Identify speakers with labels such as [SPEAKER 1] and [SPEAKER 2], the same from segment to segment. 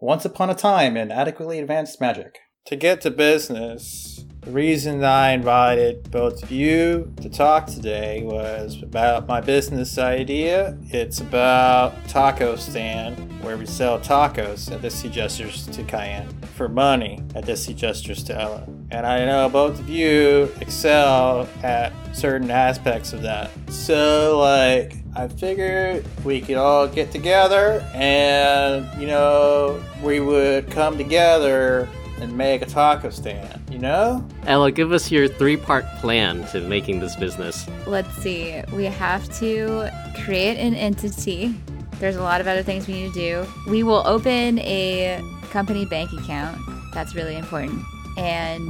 [SPEAKER 1] Once upon a time in adequately advanced magic.
[SPEAKER 2] To get to business, the reason I invited both of you to talk today was about my business idea. It's about taco stand where we sell tacos at Dissy Gestures to Cayenne for money at Dissy Gestures to Ellen. And I know both of you excel at certain aspects of that. So like I figured we could all get together and you know we would come together and make a taco stand, you know?
[SPEAKER 3] Ella, give us your three part plan to making this business.
[SPEAKER 4] Let's see. We have to create an entity. There's a lot of other things we need to do. We will open a company bank account. That's really important. And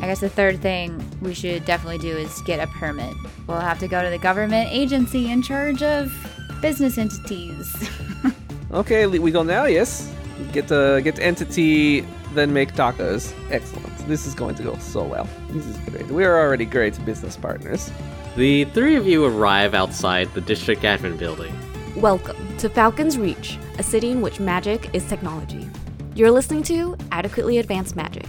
[SPEAKER 4] I guess the third thing we should definitely do is get a permit. We'll have to go to the government agency in charge of business entities.
[SPEAKER 5] Okay, le- we go now. Yes, get the get the entity, then make tacos. Excellent. This is going to go so well. This is great. We are already great business partners.
[SPEAKER 3] The three of you arrive outside the district admin building.
[SPEAKER 6] Welcome to Falcon's Reach, a city in which magic is technology. You're listening to Adequately Advanced Magic.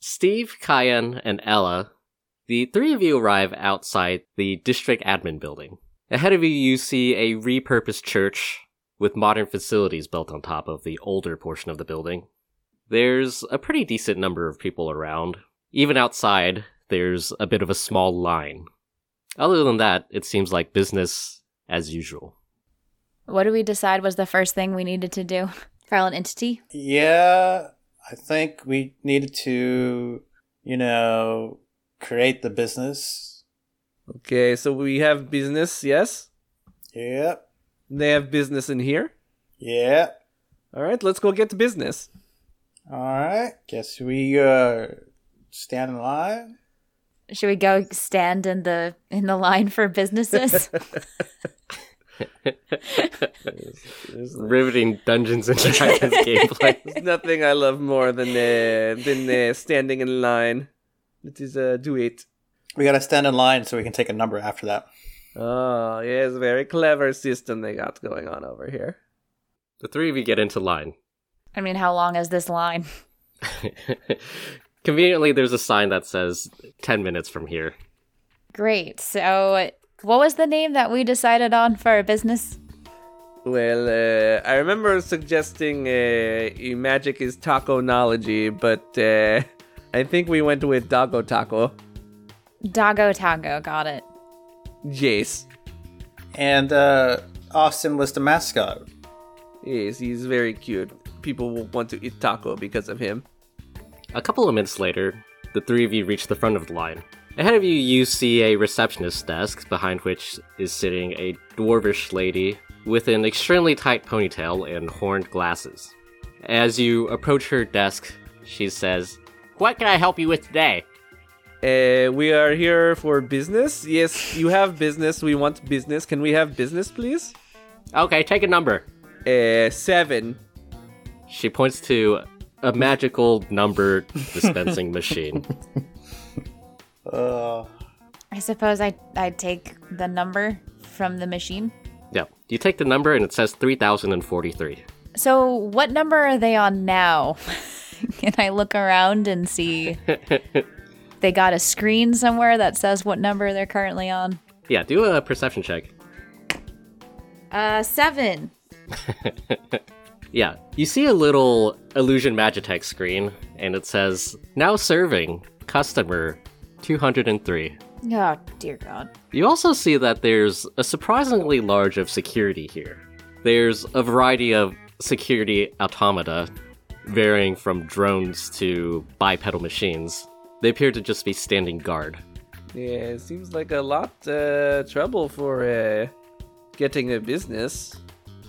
[SPEAKER 3] Steve, Kyan, and Ella, the three of you arrive outside the district admin building. Ahead of you, you see a repurposed church with modern facilities built on top of the older portion of the building. There's a pretty decent number of people around. Even outside, there's a bit of a small line. Other than that, it seems like business as usual.
[SPEAKER 4] what do we decide was the first thing we needed to do? File an entity?
[SPEAKER 2] Yeah, I think we needed to, you know, create the business.
[SPEAKER 5] Okay, so we have business. Yes,
[SPEAKER 2] Yep,
[SPEAKER 5] they have business in here.
[SPEAKER 2] yep.
[SPEAKER 5] All right, let's go get to business.
[SPEAKER 2] All right, guess we uh stand in line.
[SPEAKER 4] Should we go stand in the in the line for businesses?
[SPEAKER 5] There's,
[SPEAKER 3] Riveting Dungeons and Dragons gameplay.
[SPEAKER 5] there's nothing I love more than uh, than uh, standing in line. Let us uh, do it.
[SPEAKER 2] We gotta stand in line so we can take a number after that.
[SPEAKER 5] Oh, yes, very clever system they got going on over here.
[SPEAKER 3] The three of you get into line.
[SPEAKER 4] I mean, how long is this line?
[SPEAKER 3] Conveniently, there's a sign that says 10 minutes from here.
[SPEAKER 4] Great. So, what was the name that we decided on for our business?
[SPEAKER 5] Well, uh, I remember suggesting uh, eh, magic is taconology, but uh, I think we went with Dago Taco.
[SPEAKER 4] Doggo Tango. Got it.
[SPEAKER 5] Yes,
[SPEAKER 2] And uh Austin was the mascot.
[SPEAKER 5] yes, he's very cute. People will want to eat taco because of him.
[SPEAKER 3] A couple of minutes later, the three of you reach the front of the line. Ahead of you, you see a receptionist's desk, behind which is sitting a dwarvish lady with an extremely tight ponytail and horned glasses. As you approach her desk, she says, What can I help you with today?
[SPEAKER 5] Uh, we are here for business. Yes, you have business. We want business. Can we have business, please?
[SPEAKER 3] Okay, take a number.
[SPEAKER 5] Uh, seven.
[SPEAKER 3] She points to a magical number dispensing machine.
[SPEAKER 2] Uh
[SPEAKER 4] I suppose I I take the number from the machine.
[SPEAKER 3] Yep. You take the number and it says 3043.
[SPEAKER 4] So, what number are they on now? Can I look around and see? they got a screen somewhere that says what number they're currently on.
[SPEAKER 3] Yeah, do a perception check.
[SPEAKER 4] Uh, seven.
[SPEAKER 3] Yeah, you see a little illusion magitech screen, and it says now serving customer 203.
[SPEAKER 4] Oh dear God.
[SPEAKER 3] You also see that there's a surprisingly large of security here. There's a variety of security automata, varying from drones to bipedal machines. They appear to just be standing guard.
[SPEAKER 5] Yeah, it seems like a lot uh, trouble for uh, getting a business.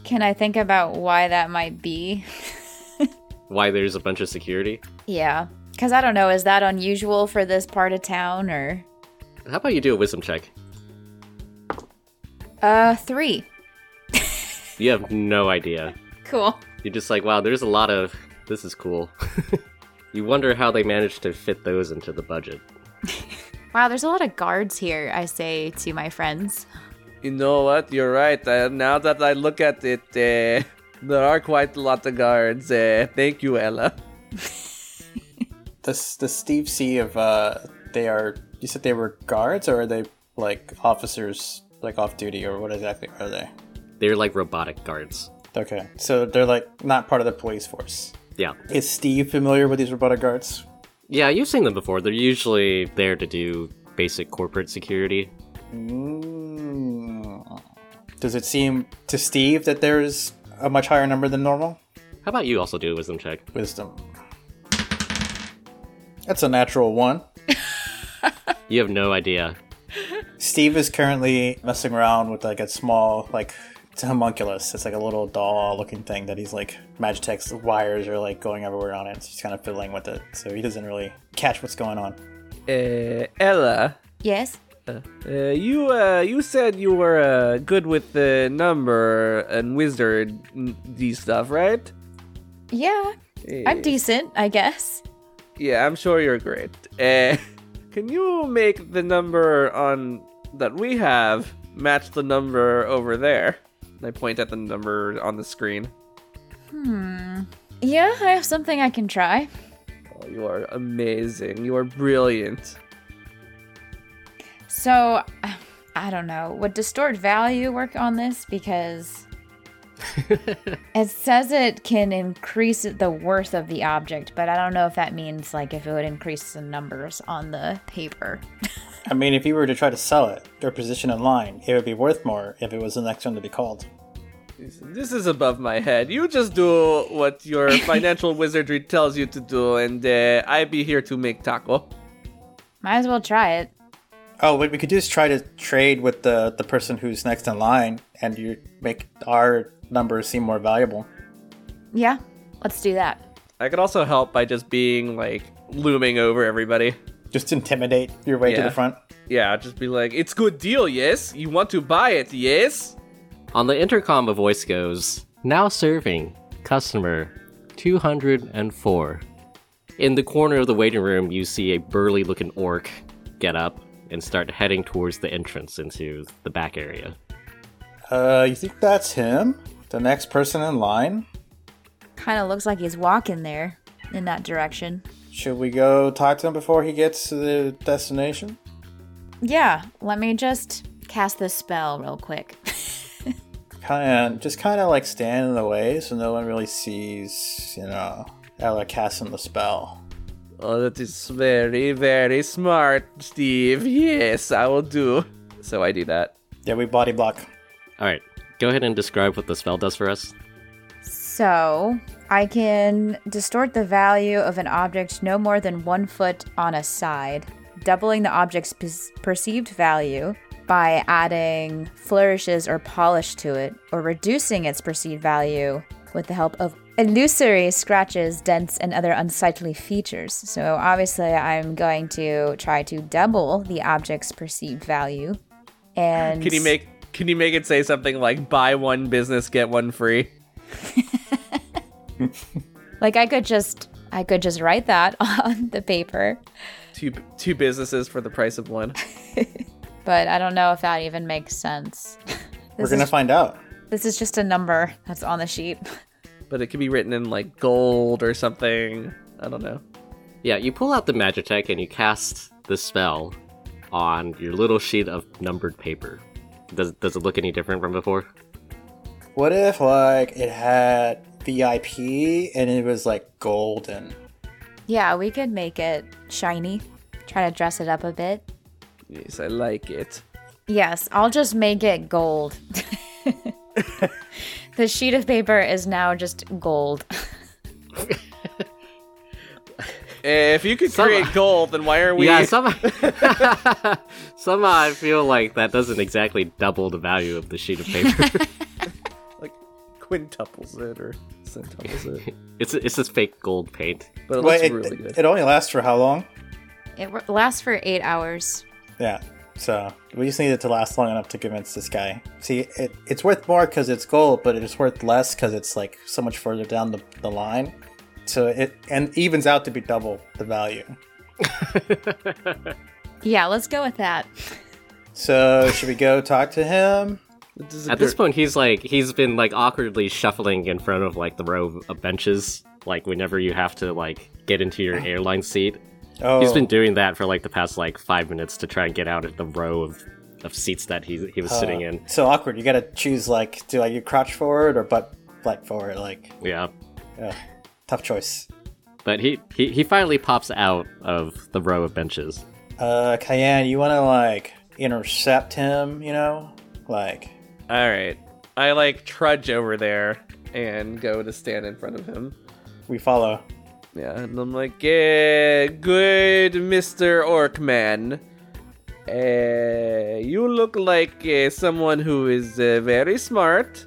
[SPEAKER 4] Can I think about why that might be?
[SPEAKER 3] Why there's a bunch of security?
[SPEAKER 4] yeah. Because I don't know, is that unusual for this part of town or.
[SPEAKER 3] How about you do a wisdom check?
[SPEAKER 4] Uh, three.
[SPEAKER 3] You have no idea.
[SPEAKER 4] Cool.
[SPEAKER 3] You're just like, wow, there's a lot of. This is cool. you wonder how they managed to fit those into the budget.
[SPEAKER 4] Wow, there's a lot of guards here, I say to my friends.
[SPEAKER 5] You know what? You're right. Uh, now that I look at it, uh, there are quite a lot of guards. Uh, thank you, Ella.
[SPEAKER 2] Does does Steve see if uh, they are? You said they were guards, or are they like officers, like off duty, or what exactly are they?
[SPEAKER 3] They're like robotic guards.
[SPEAKER 2] Okay, so they're like not part of the police force.
[SPEAKER 3] Yeah.
[SPEAKER 2] Is Steve familiar with these robotic guards?
[SPEAKER 3] Yeah, you've seen them before. They're usually there to do basic corporate security.
[SPEAKER 2] Mm. Does it seem to Steve that there's a much higher number than normal?
[SPEAKER 3] How about you also do a wisdom check?
[SPEAKER 2] Wisdom. That's a natural one.
[SPEAKER 3] You have no idea.
[SPEAKER 2] Steve is currently messing around with like a small like it's a homunculus. It's like a little doll looking thing that he's like Magitex wires are like going everywhere on it. So he's kind of fiddling with it. So he doesn't really catch what's going on.
[SPEAKER 5] Uh, Ella,
[SPEAKER 4] Yes?
[SPEAKER 5] uh, you uh, you said you were uh, good with the number and wizard n- D stuff, right?
[SPEAKER 4] Yeah. I'm decent, I guess.
[SPEAKER 5] Yeah, I'm sure you're great. Uh, can you make the number on that we have match the number over there? And I point at the number on the screen.
[SPEAKER 4] Yeah, I have something I can try.
[SPEAKER 5] Oh, you are amazing. You are brilliant.
[SPEAKER 4] So, I don't know. Would distort value work on this? Because it says it can increase the worth of the object, but I don't know if that means like if it would increase the numbers on the paper.
[SPEAKER 2] I mean, if he were to try to sell it or position in line, it would be worth more if it was the next one to be called.
[SPEAKER 5] This is above my head. You just do what your financial wizardry tells you to do, and uh, I be here to make taco.
[SPEAKER 4] Might as well try it.
[SPEAKER 2] Oh, what we could do is try to trade with the the person who's next in line, and you make our numbers seem more valuable.
[SPEAKER 4] Yeah, let's do that.
[SPEAKER 5] I could also help by just being like looming over everybody.
[SPEAKER 2] Just intimidate your way to
[SPEAKER 5] Yeah.
[SPEAKER 2] the front.
[SPEAKER 5] Yeah, just be like, it's good deal, yes? You want to buy it, yes?
[SPEAKER 3] On the intercom, a voice goes, Now serving customer 204. In the corner of the waiting room, you see a burly looking orc get up and start heading towards the entrance into the back area.
[SPEAKER 2] Uh, you think that's him? The next person in line?
[SPEAKER 4] Kind of looks like he's walking there in that direction.
[SPEAKER 2] Should we go talk to him before he gets to the destination?
[SPEAKER 4] Yeah, let me just cast this spell real quick.
[SPEAKER 2] Kind of, just kind of like stand in the way so no one really sees, you know, Ella casting the spell.
[SPEAKER 5] Oh, that is very, very smart, Steve. Yes, I will do. So I do that.
[SPEAKER 2] Yeah, we body block.
[SPEAKER 3] All right, go ahead and describe what the spell does for us.
[SPEAKER 4] So, I can distort the value of an object no more than one foot on a side, doubling the object's pe- perceived value by adding flourishes or polish to it, or reducing its perceived value with the help of illusory scratches, dents, and other unsightly features. So, obviously, I'm going to try to double the object's perceived value. And
[SPEAKER 5] Can you make can you make it say something like buy one business, get one free?
[SPEAKER 4] like I could just I could just write that on the paper.
[SPEAKER 5] Two two businesses for the price of one.
[SPEAKER 4] but I don't know if that even makes sense.
[SPEAKER 2] We're
[SPEAKER 4] This
[SPEAKER 2] gonna
[SPEAKER 4] is,
[SPEAKER 2] find out.
[SPEAKER 4] this is just a number that's on the sheet.
[SPEAKER 5] But it could be written in like gold or something. I don't know.
[SPEAKER 3] Yeah, you pull out the Magitek and you cast the spell on your little sheet of numbered paper. Does, does it look any different from before?
[SPEAKER 2] What if, like, it had VIP and it was, like, golden?
[SPEAKER 4] Yeah, we could make it shiny. Try to dress it up a bit.
[SPEAKER 5] Yes, I like it.
[SPEAKER 4] Yes, I'll just make it gold. the sheet of paper is now just gold.
[SPEAKER 5] Eh, If you could
[SPEAKER 3] Some-
[SPEAKER 5] create gold, then why are we?
[SPEAKER 3] Yeah, somehow, somehow I feel like that doesn't exactly double the value of the sheet of paper.
[SPEAKER 5] like quintuples it or centuples it.
[SPEAKER 3] it's it's just fake gold paint.
[SPEAKER 5] But it
[SPEAKER 2] Wait,
[SPEAKER 5] looks
[SPEAKER 2] it,
[SPEAKER 5] really good.
[SPEAKER 2] it only lasts for how long?
[SPEAKER 4] It wor- lasts for eight hours.
[SPEAKER 2] Yeah. So we just need it to last long enough to convince this guy. See, it, it's worth more because it's gold, but it's worth less because it's like so much further down the, the line. So it and evens out to be double the value.
[SPEAKER 4] Yeah, let's go with that.
[SPEAKER 2] So should we go talk to him?
[SPEAKER 5] This is a
[SPEAKER 3] At this
[SPEAKER 5] great-
[SPEAKER 3] point, he's like he's been like awkwardly shuffling in front of like the row of benches. Like whenever you have to like get into your airline seat,
[SPEAKER 2] Oh,
[SPEAKER 3] he's been doing that for like the past like five minutes to try and get out at the row of, of seats that he he was sitting in.
[SPEAKER 2] so awkward. You gotta choose like do like you crouch forward or butt flat forward? Like
[SPEAKER 3] Yeah,
[SPEAKER 2] tough choice.
[SPEAKER 3] but he, he he finally pops out of the row of benches.
[SPEAKER 2] Uh, Cayenne, you wanna like intercept him? You know, like
[SPEAKER 5] All right, I like trudge over there and go to stand in front of him.
[SPEAKER 2] we follow.
[SPEAKER 5] Yeah, and I'm like, eh, good Mr. Orkman. Uh, you look like uh, someone who is uh, very smart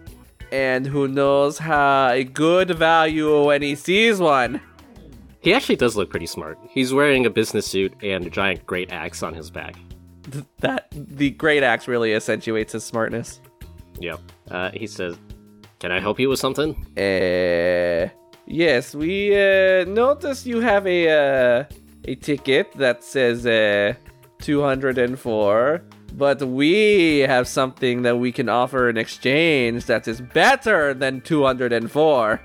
[SPEAKER 5] and who knows how a good value when he sees one.
[SPEAKER 3] He actually does look pretty smart. He's wearing a business suit and a giant great axe on his back.
[SPEAKER 5] Th- that the great axe really accentuates his smartness.
[SPEAKER 3] Yep. Uh, he says, "Can I help you with something?"
[SPEAKER 5] Uh, yes, we uh, notice you have a uh, a ticket that says uh, 204, but we have something that we can offer in exchange that is better than 204.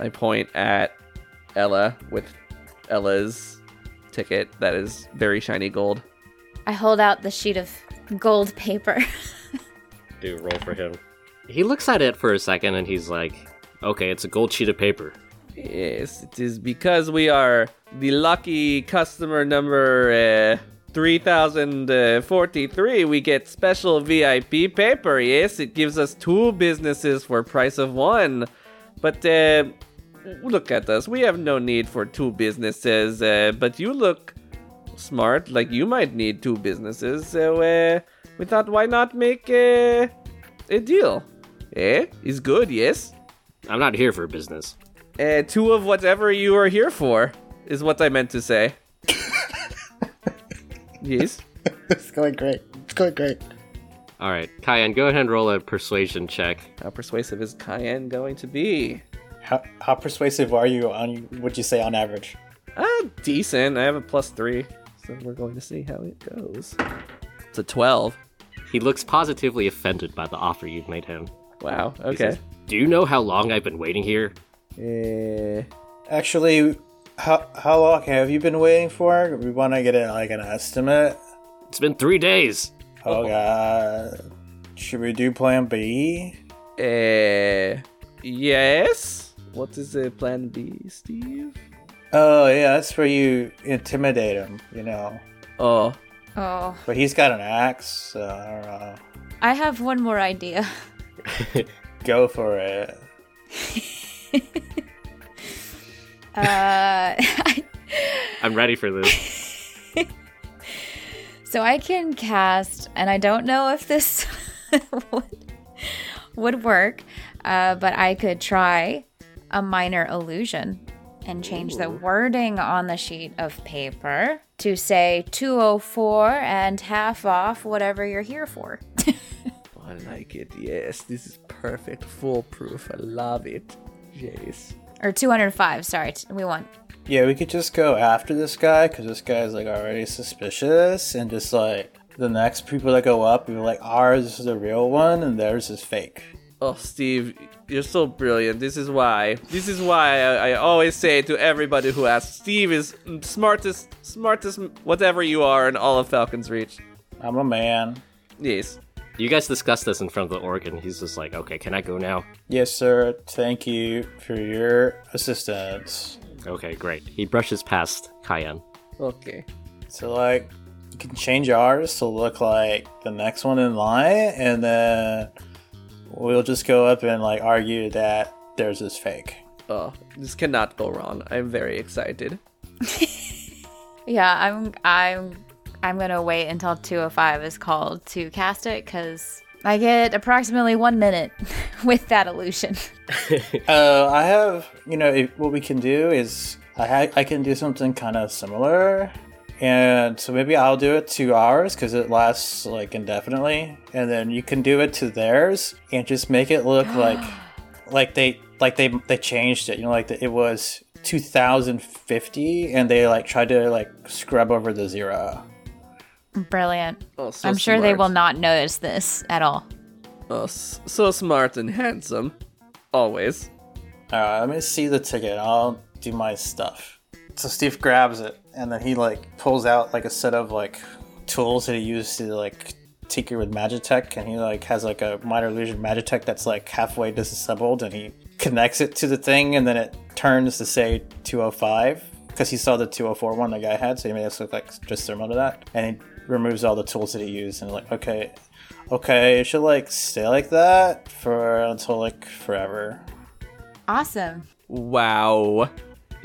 [SPEAKER 5] I point at Ella with Ella's ticket that is very shiny gold.
[SPEAKER 4] I hold out the sheet of gold paper.
[SPEAKER 3] Do roll for him. He looks at it for a second and he's like, "Okay, it's a gold sheet of paper."
[SPEAKER 5] Yes, it is because we are the lucky customer number uh, 3043. We get special VIP paper. Yes, it gives us two businesses for price of one. But uh, look at us. We have no need for two businesses. Uh, but you look smart, like you might need two businesses. So uh, we thought, why not make uh, a deal? Eh? Is good, yes?
[SPEAKER 3] I'm not here for business.
[SPEAKER 5] Uh, two of whatever you are here for is what I meant to say. yes.
[SPEAKER 2] It's going great. It's going great.
[SPEAKER 3] All right, Kyan, go ahead and roll a persuasion check.
[SPEAKER 5] How persuasive is Cayenne going to be?
[SPEAKER 2] How, how persuasive are you on? Would you say on average?
[SPEAKER 5] Ah, decent. I have a plus three, so we're going to see how it goes. It's a twelve.
[SPEAKER 3] He looks positively offended by the offer you've made him.
[SPEAKER 5] Wow.
[SPEAKER 3] He
[SPEAKER 5] Okay.
[SPEAKER 3] says, Do you know how long I've been waiting here?
[SPEAKER 5] Eh,
[SPEAKER 2] Actually, how how long have you been waiting for? We want to get a, like an estimate.
[SPEAKER 3] It's been three days.
[SPEAKER 2] Oh god, should we do Plan B?
[SPEAKER 5] eh, Uh, yes. What is the plan B, Steve?
[SPEAKER 2] Oh yeah, that's where you intimidate him, you know.
[SPEAKER 5] Oh,
[SPEAKER 4] Oh,
[SPEAKER 2] But he's got an axe, so I don't know.
[SPEAKER 4] I have one more idea.
[SPEAKER 2] Go for it.
[SPEAKER 4] Uh,
[SPEAKER 3] I'm ready for this.
[SPEAKER 4] so I can cast, and I don't know if this would, would work, uh, but I could try a minor illusion and change the wording on the sheet of paper to say 204 and half off whatever you're here for.
[SPEAKER 5] I like it. Yes, this is perfect, foolproof. I love it. Yes.
[SPEAKER 4] or 205, sorry, t- we want.
[SPEAKER 2] Yeah, we could just go after this guy because this guy's like already suspicious, and just like the next people that go up, you're like, ours is the real one, and theirs is fake.
[SPEAKER 5] Oh, Steve, you're so brilliant. This is why. This is why I, I always say to everybody who asks, Steve is smartest, smartest, whatever you are in all of Falcon's Reach.
[SPEAKER 2] I'm a man.
[SPEAKER 5] Yes.
[SPEAKER 3] you guys discussed this in front of the org, and he's just like, "Okay, can I go now?"
[SPEAKER 2] Yes, sir. Thank you for your assistance.
[SPEAKER 3] Okay, great. He brushes past Kyan.
[SPEAKER 5] Okay.
[SPEAKER 2] So, like, you can change ours to look like the next one in line, and then we'll just go up and, like, argue that theirs is fake.
[SPEAKER 5] Oh, this cannot go wrong. I'm very excited.
[SPEAKER 4] Yeah, I'm I'm I'm gonna wait until 205 is called to cast it because I get approximately one minute with that illusion.
[SPEAKER 2] Uh, I have, you know, if, what we can do is I ha- I can do something kind of similar, and so maybe I'll do it to ours because it lasts like indefinitely, and then you can do it to theirs and just make it look like like they like they they changed it. You know, like it was 2050, and they like tried to like scrub over the zero.
[SPEAKER 4] Brilliant.
[SPEAKER 5] Oh, so
[SPEAKER 4] I'm sure they
[SPEAKER 5] smart.
[SPEAKER 4] will not notice this at all.
[SPEAKER 5] Oh, s- so smart and handsome. Always.
[SPEAKER 2] All right, let me see the ticket. I'll do my stuff. So Steve grabs it, and then he like pulls out like a set of like tools that he used to like tinker with magitech, and he like has like a minor illusion magitech that's like halfway disassembled, and he connects it to the thing, and then it turns to say 205 because he saw the 204 one the guy had, so he made us look like just similar to that, and he removes all the tools that he used, and like okay, okay, it should like stay like that for until like forever.
[SPEAKER 4] Awesome.
[SPEAKER 5] Wow.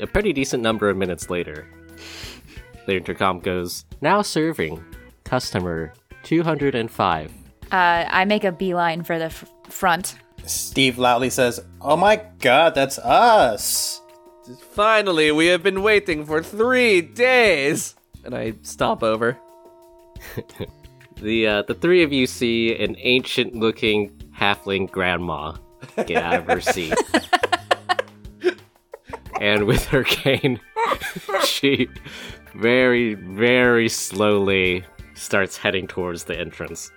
[SPEAKER 3] A pretty decent number of minutes later, the intercom goes, Now serving customer 205.
[SPEAKER 4] Uh, I make a beeline for the f- front.
[SPEAKER 2] Steve loudly says, Oh my god, that's us!
[SPEAKER 5] Finally, we have been waiting for three days. And I stop over.
[SPEAKER 3] The, uh, the three of you see an ancient looking halfling grandma get out of her seat. and with her cane, she very, very slowly starts heading towards the entrance.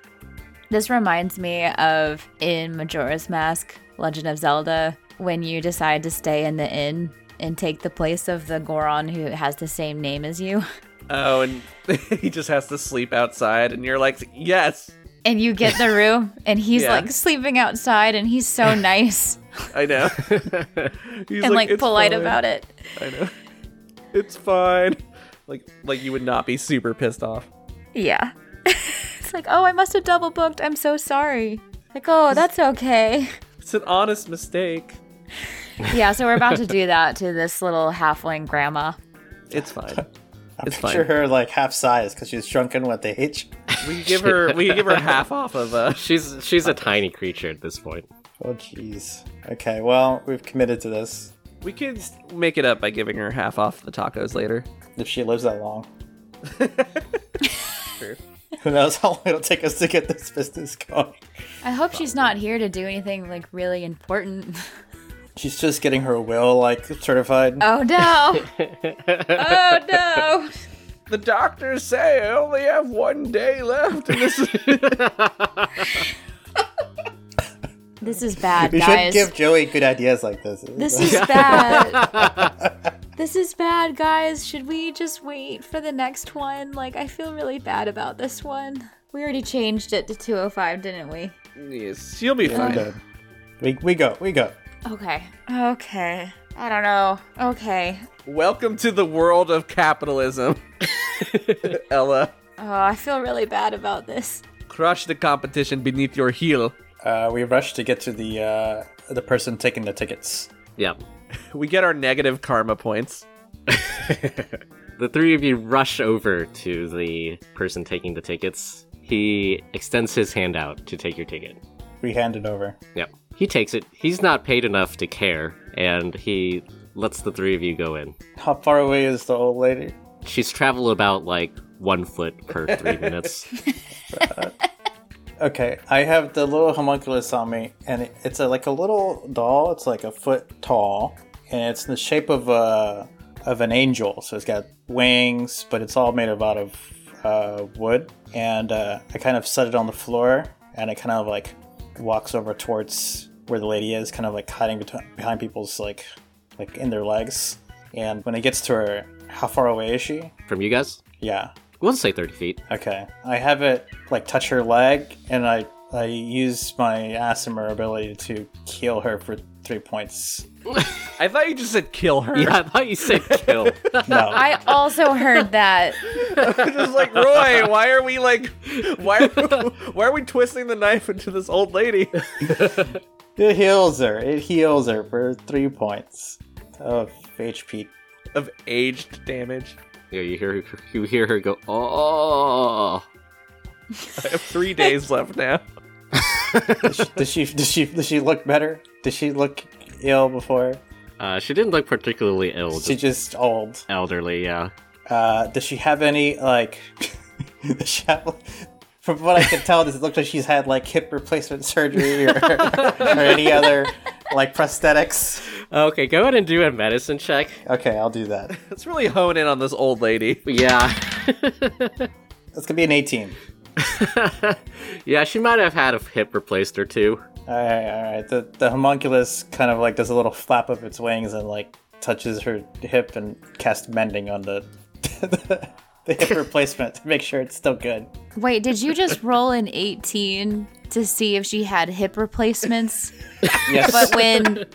[SPEAKER 4] This reminds me of in Majora's Mask, Legend of Zelda, when you decide to stay in the inn and take the place of the Goron who has the same name as you.
[SPEAKER 5] Oh, and he just has to sleep outside, and you're like, yes,
[SPEAKER 4] And you get the room, and he's
[SPEAKER 5] Yeah.
[SPEAKER 4] like sleeping outside, and he's so nice
[SPEAKER 5] I know. He's
[SPEAKER 4] and like,
[SPEAKER 5] "It's
[SPEAKER 4] polite
[SPEAKER 5] fine.
[SPEAKER 4] about it.
[SPEAKER 5] I know. It's fine. Like, like you would not be super pissed off.
[SPEAKER 4] Yeah. it's like, oh, I must have double booked. I'm so sorry. Like, oh, that's okay.
[SPEAKER 5] It's an honest mistake.
[SPEAKER 4] Yeah, so we're about to do that to this little halfling grandma.
[SPEAKER 5] It's fine. It's
[SPEAKER 2] Picture
[SPEAKER 5] fine.
[SPEAKER 2] her like half size because she's shrunken with age.
[SPEAKER 5] We can give her. We can give her half off of uh
[SPEAKER 3] She's she's a tiny creature at this point.
[SPEAKER 2] Oh jeez. Okay, well, we've committed to this.
[SPEAKER 5] We could make it up by giving her half off the tacos later.
[SPEAKER 2] If she lives that long. Who knows how long it'll take us to get this business going.
[SPEAKER 4] I hope she's not here to do anything like really important.
[SPEAKER 2] She's just getting her will like certified.
[SPEAKER 4] Oh no! oh no!
[SPEAKER 5] The doctors say I only have one day left. And this is-
[SPEAKER 4] This is bad,
[SPEAKER 2] we should
[SPEAKER 4] guys.
[SPEAKER 2] give Joey good ideas like this.
[SPEAKER 4] This is bad. this is bad, guys. Should we just wait for the next one? Like, I feel really bad about this one. We already changed it to 205, didn't we?
[SPEAKER 5] yes, she'll be
[SPEAKER 2] We're
[SPEAKER 5] fine.
[SPEAKER 2] good. We, we go, we go.
[SPEAKER 4] Okay. Okay. I don't know. Okay.
[SPEAKER 5] Welcome to the world of capitalism, Ella.
[SPEAKER 4] Oh, I feel really bad about this.
[SPEAKER 5] Crush the competition beneath your heel.
[SPEAKER 2] Uh, we rush to get to the uh, the person taking the tickets.
[SPEAKER 3] Yep.
[SPEAKER 5] We get our negative karma points.
[SPEAKER 3] The three of you rush over to the person taking the tickets. He extends his hand out to take your ticket.
[SPEAKER 2] We hand it over.
[SPEAKER 3] Yep. He takes it. He's not paid enough to care, and he lets the three of you go in.
[SPEAKER 2] How far away is the old lady?
[SPEAKER 3] She's traveled about like one foot per three minutes.
[SPEAKER 2] Okay, I have the little homunculus on me, and it- it's a, like a little doll. It's like a foot tall, and it's in the shape of a of an angel. So it's got wings, but it's all made of out of uh, wood. And uh, I kind of set it on the floor, and it kind of like walks over towards where the lady is, kind of like hiding betw- behind people's like like in their legs. And when it gets to her, how far away is she?
[SPEAKER 3] From you guys?
[SPEAKER 2] Yeah,
[SPEAKER 3] We'll say 30 feet.
[SPEAKER 2] Okay. I have it like touch her leg, and I I use my Asimer ability to heal her for three points.
[SPEAKER 5] I thought you just said kill her.
[SPEAKER 3] Yeah, I thought you said kill.
[SPEAKER 2] No,
[SPEAKER 4] I also heard that.
[SPEAKER 5] just like Roy, why are we like, why, are- why are we twisting the knife into this old lady?
[SPEAKER 2] it heals her. It heals her for three points of HP.
[SPEAKER 5] of aged damage.
[SPEAKER 3] Yeah, you hear you hear her go, oh.
[SPEAKER 5] I have three days left now.
[SPEAKER 2] Does she does she does she look better? Does she look ill before?
[SPEAKER 3] Uh, she didn't look particularly ill, just
[SPEAKER 2] She just old.
[SPEAKER 3] elderly. Yeah,
[SPEAKER 2] Uh, does she have any like? does she have, from what I can tell, does it look like she's had like hip replacement surgery or, or any other like prosthetics?
[SPEAKER 3] Okay, go ahead and do a medicine check.
[SPEAKER 2] Okay, I'll do that.
[SPEAKER 5] Let's really hone in on this old lady.
[SPEAKER 3] Yeah.
[SPEAKER 2] That's gonna be an eighteen.
[SPEAKER 3] yeah, she might have had a hip replaced or two.
[SPEAKER 2] All right, all right. The the homunculus kind of like does a little flap of its wings and like touches her hip and casts mending on the the, hip replacement to make sure it's still good.
[SPEAKER 4] Wait, did you just roll an 18 to see if she had hip replacements?
[SPEAKER 2] Yes.
[SPEAKER 4] But when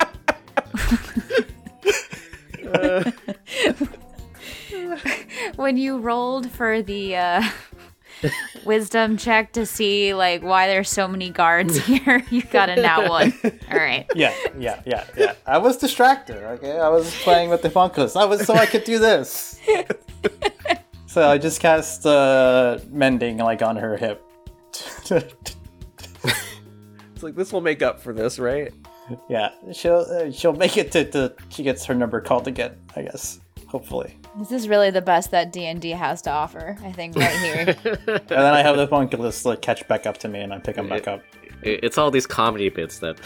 [SPEAKER 4] when you rolled for the uh, wisdom check to see like why there's so many guards here, you got a nat one. All right.
[SPEAKER 2] yeah, yeah, yeah, yeah. I was distracted. Okay, I was playing with the homunculus. I was so I could do this. so I just cast uh, mending like on her hip.
[SPEAKER 5] It's like this will make up for this, right?
[SPEAKER 2] yeah, she'll uh, she'll make it to, to she gets her number called again. I guess hopefully.
[SPEAKER 4] This is really the best that D&D has to offer, I think right here.
[SPEAKER 2] And then I have the homunculus like catch back up to me, and I pick him back up.
[SPEAKER 3] It- It's all these comedy bits that.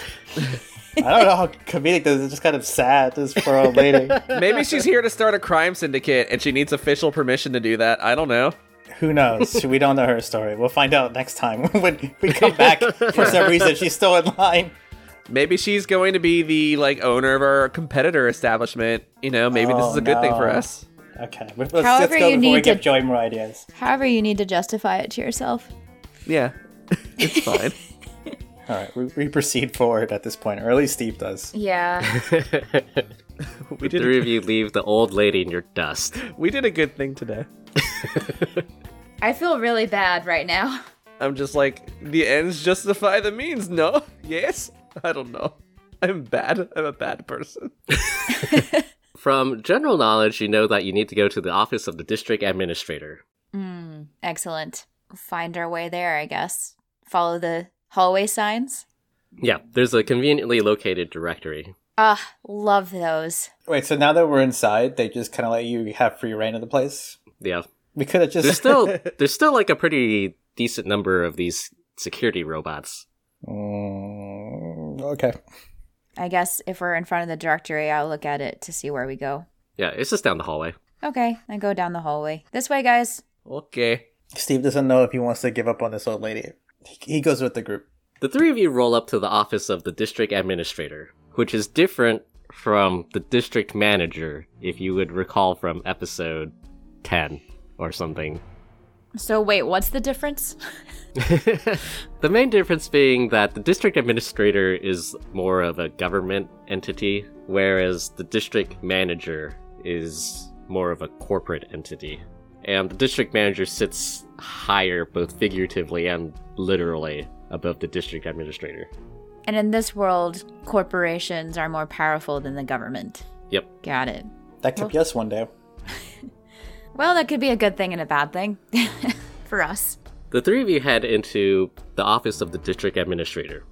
[SPEAKER 2] I don't know how comedic this is. It's just kind of sad. This for a lady.
[SPEAKER 5] Maybe she's here to start a crime syndicate and she needs official permission to do that. I don't know.
[SPEAKER 2] Who knows? We don't know her story. We'll find out next time when we come back. For some reason, she's still in line.
[SPEAKER 5] Maybe she's going to be the like owner of our competitor establishment. You know, maybe this
[SPEAKER 2] Oh,
[SPEAKER 5] is a good thing for
[SPEAKER 2] no.
[SPEAKER 5] us.
[SPEAKER 2] Okay. Let's, let's
[SPEAKER 4] However
[SPEAKER 2] go
[SPEAKER 4] you
[SPEAKER 2] before we
[SPEAKER 4] need
[SPEAKER 2] give
[SPEAKER 4] to-
[SPEAKER 2] Joy more ideas.
[SPEAKER 4] However, you need to justify it to yourself.
[SPEAKER 5] Yeah. it's fine.
[SPEAKER 2] All right, we, we proceed forward at this point, or at least Steve does.
[SPEAKER 4] Yeah.
[SPEAKER 3] the
[SPEAKER 5] We did
[SPEAKER 3] three of you leave the old lady in your dust.
[SPEAKER 5] we did a good thing today.
[SPEAKER 4] I feel really bad right now.
[SPEAKER 5] I'm just like the ends justify the means. No. Yes. I don't know. I'm bad. I'm a bad person.
[SPEAKER 3] From general knowledge, you know that you need to go to the office of the district administrator.
[SPEAKER 4] Excellent. Find our way there, I guess. Follow the hallway signs.
[SPEAKER 3] Yeah, there's a conveniently located directory.
[SPEAKER 4] Ah, love those.
[SPEAKER 2] Wait, so now that we're inside, they just kind of let you have free reign of the place?
[SPEAKER 3] Yeah,
[SPEAKER 2] We could have
[SPEAKER 3] there's
[SPEAKER 2] just.
[SPEAKER 3] still there's still like a pretty decent number of these security robots.
[SPEAKER 2] Mm, okay.
[SPEAKER 4] I guess if we're in front of the directory, I'll look at it to see where we go.
[SPEAKER 3] Yeah, it's just down the hallway.
[SPEAKER 4] Okay, I go down the hallway. This way, guys.
[SPEAKER 5] Okay.
[SPEAKER 2] Steve doesn't know if he wants to give up on this old lady. He, he goes with the group.
[SPEAKER 3] The three of you roll up to the office of the district administrator, which is different from the district manager, if you would recall from episode 10 or something.
[SPEAKER 4] So, wait, what's the difference?
[SPEAKER 3] the main difference being that the district administrator is more of a government entity, whereas the district manager is more of a corporate entity. And the district manager sits higher, both figuratively and literally, above the district administrator.
[SPEAKER 4] And in this world, corporations are more powerful than the government.
[SPEAKER 3] Yep.
[SPEAKER 4] Got it.
[SPEAKER 2] That could be us one day.
[SPEAKER 4] Well, that could be a good thing and a bad thing for us.
[SPEAKER 3] The three of you head into the office of the district administrator.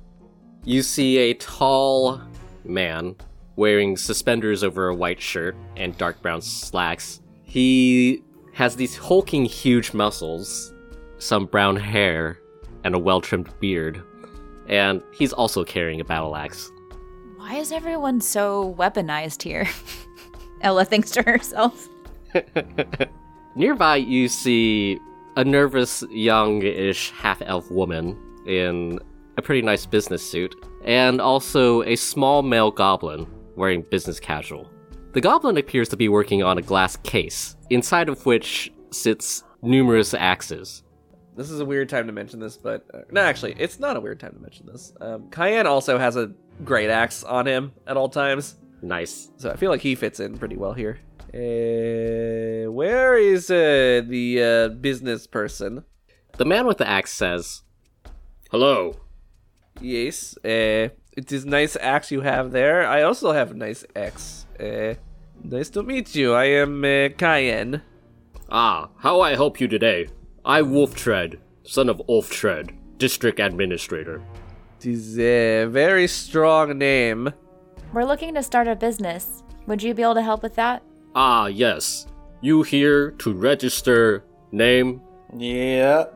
[SPEAKER 3] You see a tall man wearing suspenders over a white shirt and dark brown slacks. He has these hulking huge muscles, some brown hair, and a well trimmed beard. And he's also carrying a battle axe.
[SPEAKER 4] Why is everyone so weaponized here? Ella thinks to herself.
[SPEAKER 3] Nearby, you see a nervous, youngish half elf woman in a pretty nice business suit, and also a small male goblin wearing business casual. The goblin appears to be working on a glass case, inside of which sits numerous axes.
[SPEAKER 5] This is a weird time to mention this, but uh, no, actually, it's not a weird time to mention this. Um, Cayenne also has a great axe on him at all times,
[SPEAKER 3] Nice.
[SPEAKER 5] so I feel like he fits in pretty well here. Uh, where is uh, the uh, business person?
[SPEAKER 3] The man with the axe says, Hello.
[SPEAKER 5] Yes, uh, it is nice axe you have there. I also have nice axe. Uh, nice to meet you. I am uh, Cayenne.
[SPEAKER 3] Ah, how I help you today. I Wolftread, son of Ulftread, district administrator.
[SPEAKER 5] It is a very strong name.
[SPEAKER 4] We're looking to start a business. Would you be able to help with that?
[SPEAKER 3] Ah, yes. You here to register name
[SPEAKER 2] Yeah.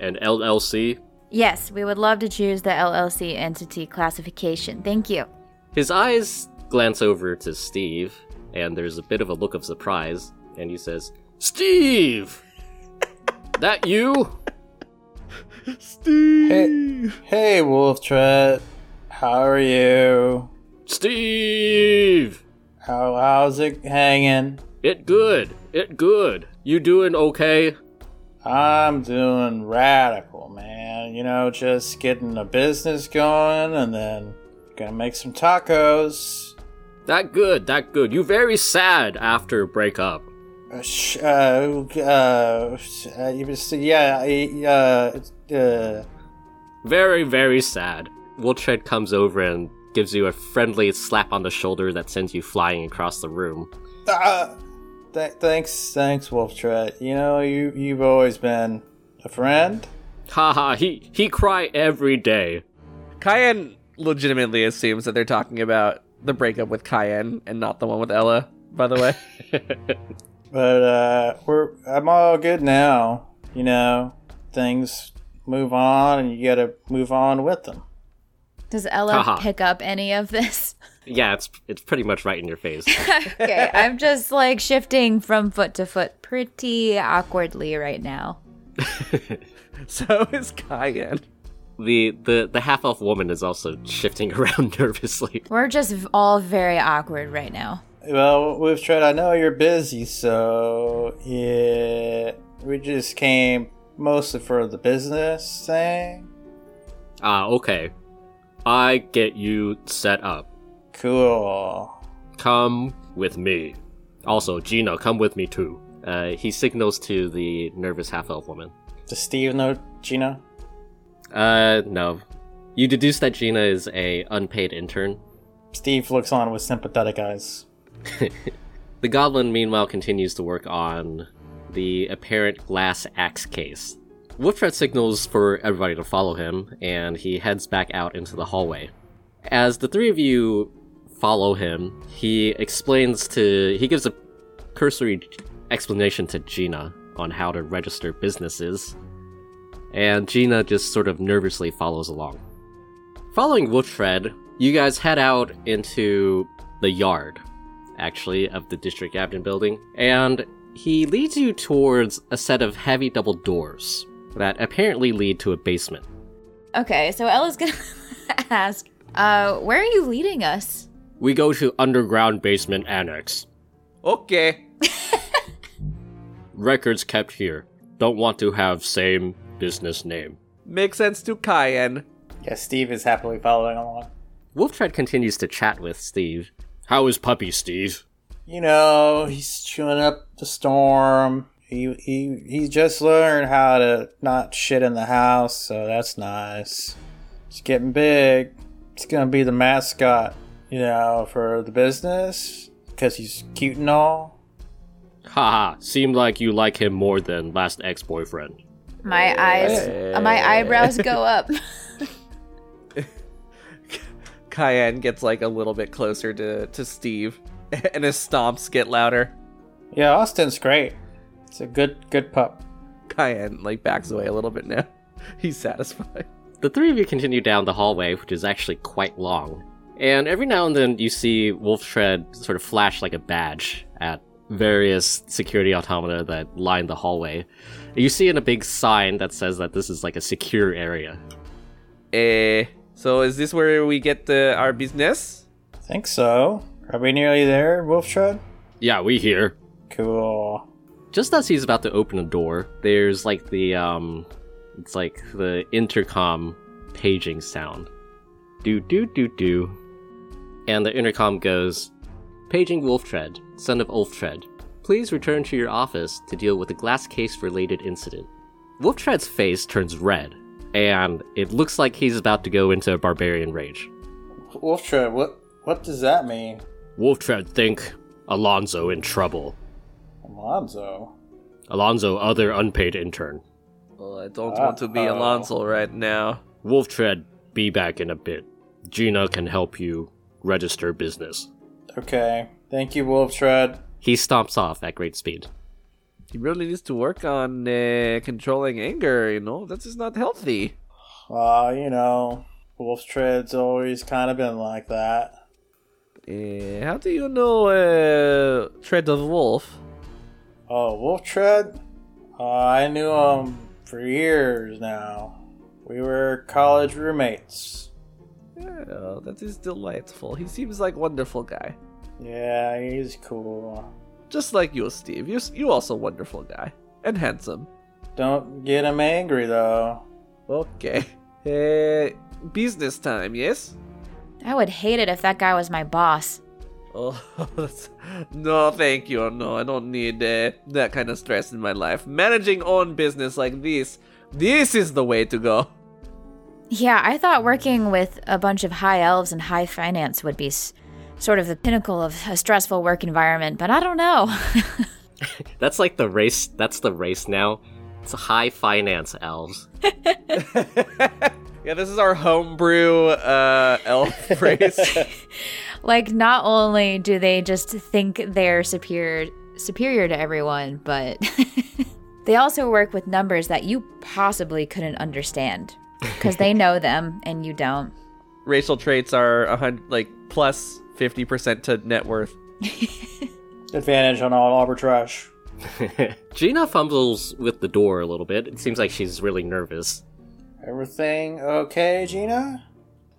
[SPEAKER 3] and LLC?
[SPEAKER 4] Yes, we would love to choose the LLC entity classification. Thank you.
[SPEAKER 3] His eyes glance over to Steve, and there's a bit of a look of surprise, and he says, Steve! that you?
[SPEAKER 2] Hey, hey, Wolf Trot. How are you?
[SPEAKER 3] Steve!
[SPEAKER 2] How, how's it hanging?
[SPEAKER 3] It good. It good. You doing okay?
[SPEAKER 2] I'm doing radical, man. You know, just getting a business going and then gonna make some tacos.
[SPEAKER 3] That good. That good. You very sad after breakup.
[SPEAKER 2] Uh, sh- uh, uh, sh- uh, you just- yeah, uh, uh, uh,
[SPEAKER 3] Very, very sad. Wiltred comes over and gives you a friendly slap on the shoulder that sends you flying across the room.
[SPEAKER 2] Ah, th- thanks, thanks, Wolf Trot. You know, you, you've always been a friend.
[SPEAKER 3] Haha, he he cry every day.
[SPEAKER 5] Cayenne legitimately assumes that they're talking about the breakup with Cayenne and not the one with Ella, by the way.
[SPEAKER 2] But uh, we're I'm all good now. You know, things move on, and you gotta move on with them.
[SPEAKER 4] Does Ella
[SPEAKER 3] Haha.
[SPEAKER 4] pick up any of this?
[SPEAKER 3] Yeah, it's it's pretty much right in your face.
[SPEAKER 4] okay, I'm just like shifting from foot to foot pretty awkwardly right now.
[SPEAKER 5] so is Cayenne.
[SPEAKER 3] the the the half elf woman is also shifting around nervously.
[SPEAKER 4] We're just v- all very awkward right now.
[SPEAKER 2] Well, Wolf Trot, I know you're busy, so yeah, we just came mostly for the business thing.
[SPEAKER 3] Ah, okay. I get you set up.
[SPEAKER 2] Cool.
[SPEAKER 3] Come with me. Also, Gina, come with me too. Uh, he signals to the nervous half elf woman.
[SPEAKER 2] Does Steve know Gina?
[SPEAKER 3] Uh, no. You deduce that Gina is a unpaid intern.
[SPEAKER 2] Steve looks on with sympathetic eyes.
[SPEAKER 3] The goblin, meanwhile, continues to work on the apparent glass axe case. Wolfred signals for everybody to follow him, and he heads back out into the hallway. As the three of you follow him, he explains to. He gives a cursory explanation to Gina on how to register businesses, and Gina just sort of nervously follows along. Following Wolfred, you guys head out into the yard actually, of the District Captain building. And he leads you towards a set of heavy double doors that apparently lead to a basement.
[SPEAKER 4] Okay, so Ella's gonna ask, uh, where are you leading us?
[SPEAKER 3] We go to underground basement annex.
[SPEAKER 5] Okay.
[SPEAKER 3] Records kept here. Don't want to have same business name.
[SPEAKER 5] Makes sense to Cayenne.
[SPEAKER 2] Yeah, Steve is happily following along.
[SPEAKER 3] Wolftred continues to chat with Steve. How is puppy Steve?
[SPEAKER 2] You know, he's chewing up the storm. He he he just learned how to not shit in the house, so that's nice. It's getting big. It's gonna be the mascot, you know, for the business because he's cute and all.
[SPEAKER 3] Haha, seemed like you like him more than last ex-boyfriend.
[SPEAKER 4] My eyes, uh, my eyebrows go up.
[SPEAKER 5] Cayenne gets like a little bit closer to, to Steve, and his stomps get louder.
[SPEAKER 2] Yeah, Austin's great. It's a good good pup.
[SPEAKER 5] Cayenne like backs away a little bit now. He's satisfied.
[SPEAKER 3] The three of you continue down the hallway, which is actually quite long. And every now and then you see Wolf Shred sort of flash like a badge at various security automata that line the hallway. You see in a big sign that says that this is like a secure area.
[SPEAKER 5] Eh. So is this where we get the, our business?
[SPEAKER 2] Think so. Are we nearly there, Wolf Shred?
[SPEAKER 3] Yeah, we hear.
[SPEAKER 2] Cool.
[SPEAKER 3] Just as he's about to open a door, there's like the um it's like the intercom paging sound. Do do do do. And the intercom goes, Paging Wolftread, son of Ulftread. Please return to your office to deal with a glass case related incident. Wolftread's face turns red, and it looks like he's about to go into a barbarian rage.
[SPEAKER 2] Wolf Shred, what what does that mean,
[SPEAKER 3] Wolftread think Alonso in trouble.
[SPEAKER 2] Alonzo?
[SPEAKER 3] Alonzo, other unpaid intern.
[SPEAKER 5] Well, I don't want to be Alonso right now.
[SPEAKER 3] Wolf Tread, be back in a bit. Gina can help you register business.
[SPEAKER 7] Okay. Thank you, Wolf Tread.
[SPEAKER 3] He stomps off at great speed.
[SPEAKER 5] He really needs to work on uh, controlling anger. You know, this is not healthy.
[SPEAKER 7] Uh, you know, Wolf Tread's always kind of been like that.
[SPEAKER 5] Uh, how do you know uh, Tread of Wolf?
[SPEAKER 7] Oh, Wolf Tread? Uh, I knew him for years now. We were college roommates.
[SPEAKER 5] Oh, that is delightful. He seems like wonderful guy,
[SPEAKER 7] Yeah, he's cool.
[SPEAKER 5] just like you, Steve. You you also wonderful guy and handsome.
[SPEAKER 7] Don't get him angry, though.
[SPEAKER 5] Okay. Hey, business time, yes?
[SPEAKER 4] I would hate it if that guy was my boss.
[SPEAKER 5] Oh, that's- no, thank you. No, I don't need uh, that kind of stress in my life. Managing own business like this, this is the way to go.
[SPEAKER 4] Yeah, I thought working with a bunch of high elves and high finance would be s- sort of the pinnacle of a stressful work environment, but I don't know.
[SPEAKER 3] That's like the race. That's the race now. It's high finance elves.
[SPEAKER 5] Yeah, this is our homebrew uh, elf race.
[SPEAKER 4] like, not only do they just think they're superior superior to everyone, but they also work with numbers that you possibly couldn't understand because they know them and you don't.
[SPEAKER 5] Racial traits are a hundred, like plus fifty percent to net worth.
[SPEAKER 7] Advantage on all arbitrage.
[SPEAKER 3] Gina fumbles with the door a little bit. It seems like she's really nervous.
[SPEAKER 7] Everything okay, Gina?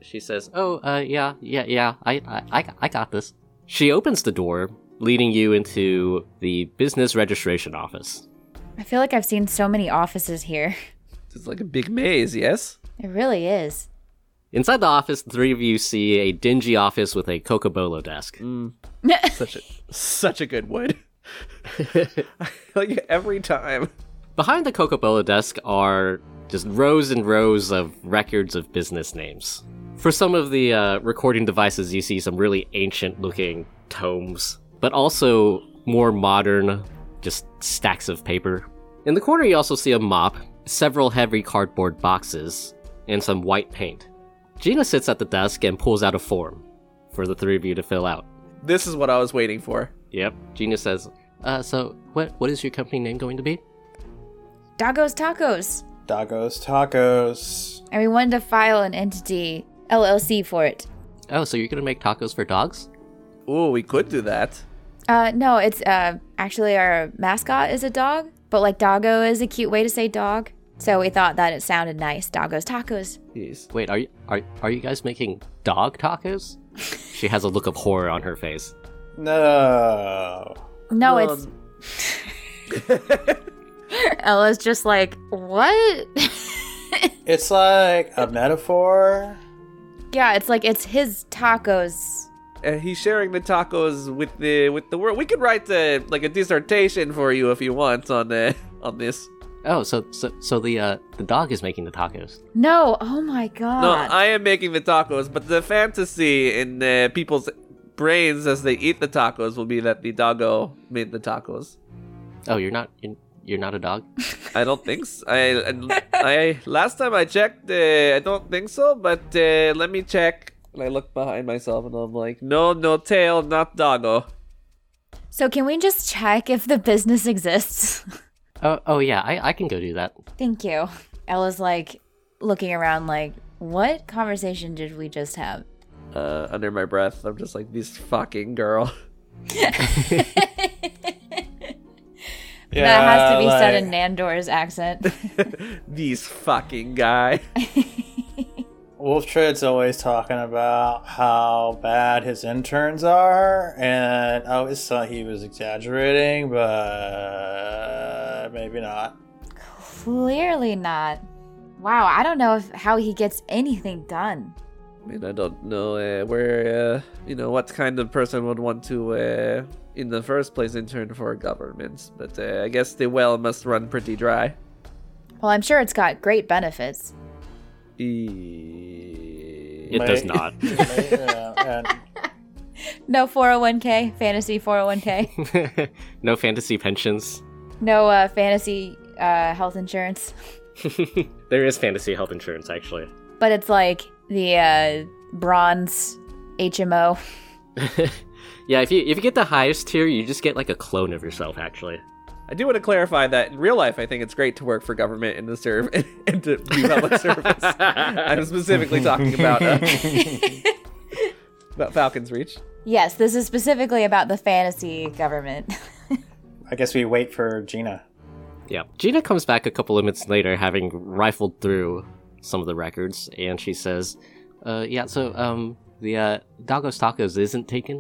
[SPEAKER 3] She says, "Oh, uh, yeah, yeah, yeah. I, I, I, I got this." She opens the door, leading you into the business registration office.
[SPEAKER 4] I feel like I've seen so many offices here.
[SPEAKER 5] It's like a big maze. Yes.
[SPEAKER 4] It really is.
[SPEAKER 3] Inside the office, the three of you see a dingy office with a Coca-Cola desk.
[SPEAKER 5] such a such a good wood. like every time.
[SPEAKER 3] Behind the Coca-Cola desk are just rows and rows of records of business names. For some of the uh, recording devices, you see some really ancient-looking tomes, but also more modern, just stacks of paper. In the corner, you also see a mop, several heavy cardboard boxes, and some white paint. Gina sits at the desk and pulls out a form for the three of you to fill out.
[SPEAKER 5] This is what I was waiting for.
[SPEAKER 3] Yep. Gina says, uh, "So, what what is your company name going to be?"
[SPEAKER 4] Doggo's Tacos.
[SPEAKER 7] Doggos tacos.
[SPEAKER 4] And we wanted to file an entity LLC for it.
[SPEAKER 3] Oh, so you're gonna make tacos for dogs?
[SPEAKER 5] Ooh, we could do that.
[SPEAKER 4] Uh, no, it's uh, actually our mascot is a dog, but like doggo is a cute way to say dog. So we thought that it sounded nice. Doggo's tacos.
[SPEAKER 5] Yes.
[SPEAKER 3] Wait, are you are are you guys making dog tacos? she has a look of horror on her face.
[SPEAKER 7] No.
[SPEAKER 4] No,
[SPEAKER 5] Well,
[SPEAKER 4] it's Ella's just like, what?
[SPEAKER 7] It's like a metaphor.
[SPEAKER 4] yeah, it's like it's his tacos.
[SPEAKER 5] uh, he's sharing the tacos with the with the world. We could write uh, like a dissertation for you if you want on uh, on this.
[SPEAKER 3] Oh, so so so the uh the dog is making the tacos.
[SPEAKER 4] No, oh my god.
[SPEAKER 5] No, I am making the tacos, but the fantasy in uh, people's brains as they eat the tacos will be that the doggo made the tacos.
[SPEAKER 3] Oh, you're not you're, you're not a dog.
[SPEAKER 5] I don't think so. I, I, I- last time I checked, uh, I don't think so. But uh, let me check. And I look behind myself, and I'm like, no, no tail, not doggo.
[SPEAKER 4] so can we just check if the business exists?
[SPEAKER 3] Oh oh yeah, I I can go do that.
[SPEAKER 4] Thank you. Ella's like looking around like, what conversation did we just have?
[SPEAKER 5] Uh, under my breath, I'm just like, this fucking girl.
[SPEAKER 7] Yeah,
[SPEAKER 4] that has to be said
[SPEAKER 7] like-
[SPEAKER 4] in Nandor's accent.
[SPEAKER 5] These fucking guy.
[SPEAKER 7] Wolf Tread's always talking about how bad his interns are, and I always thought he was exaggerating, but maybe not.
[SPEAKER 4] Clearly not. Wow, I don't know if how he gets anything done.
[SPEAKER 5] I mean, I don't know uh, where, uh, you know, what kind of person would want to, uh, in the first place, intern for a government. But uh, I guess the well must run pretty dry.
[SPEAKER 4] Well, I'm sure it's got great benefits.
[SPEAKER 5] E-
[SPEAKER 3] It does
[SPEAKER 7] Mate.
[SPEAKER 3] not.
[SPEAKER 2] uh,
[SPEAKER 7] Yeah, and
[SPEAKER 4] No 401k, fantasy 401k.
[SPEAKER 3] no fantasy pensions.
[SPEAKER 4] No uh, fantasy uh, health insurance,
[SPEAKER 3] there is fantasy health insurance, actually.
[SPEAKER 4] but it's like the uh, bronze HMO.
[SPEAKER 3] Yeah, if you if you get the highest tier, you just get like a clone of yourself, actually.
[SPEAKER 5] I do want to clarify that in real life, I think it's great to work for government and to serve and to be public service. I'm specifically talking about uh, about Falcon's Reach.
[SPEAKER 4] Yes, this is specifically about the fantasy government.
[SPEAKER 2] I guess we wait for Gina.
[SPEAKER 3] Yeah. Gina comes back a couple of minutes later, having rifled through some of the records, and she says, uh, yeah, so, um, the, uh, Dogos Tacos isn't taken?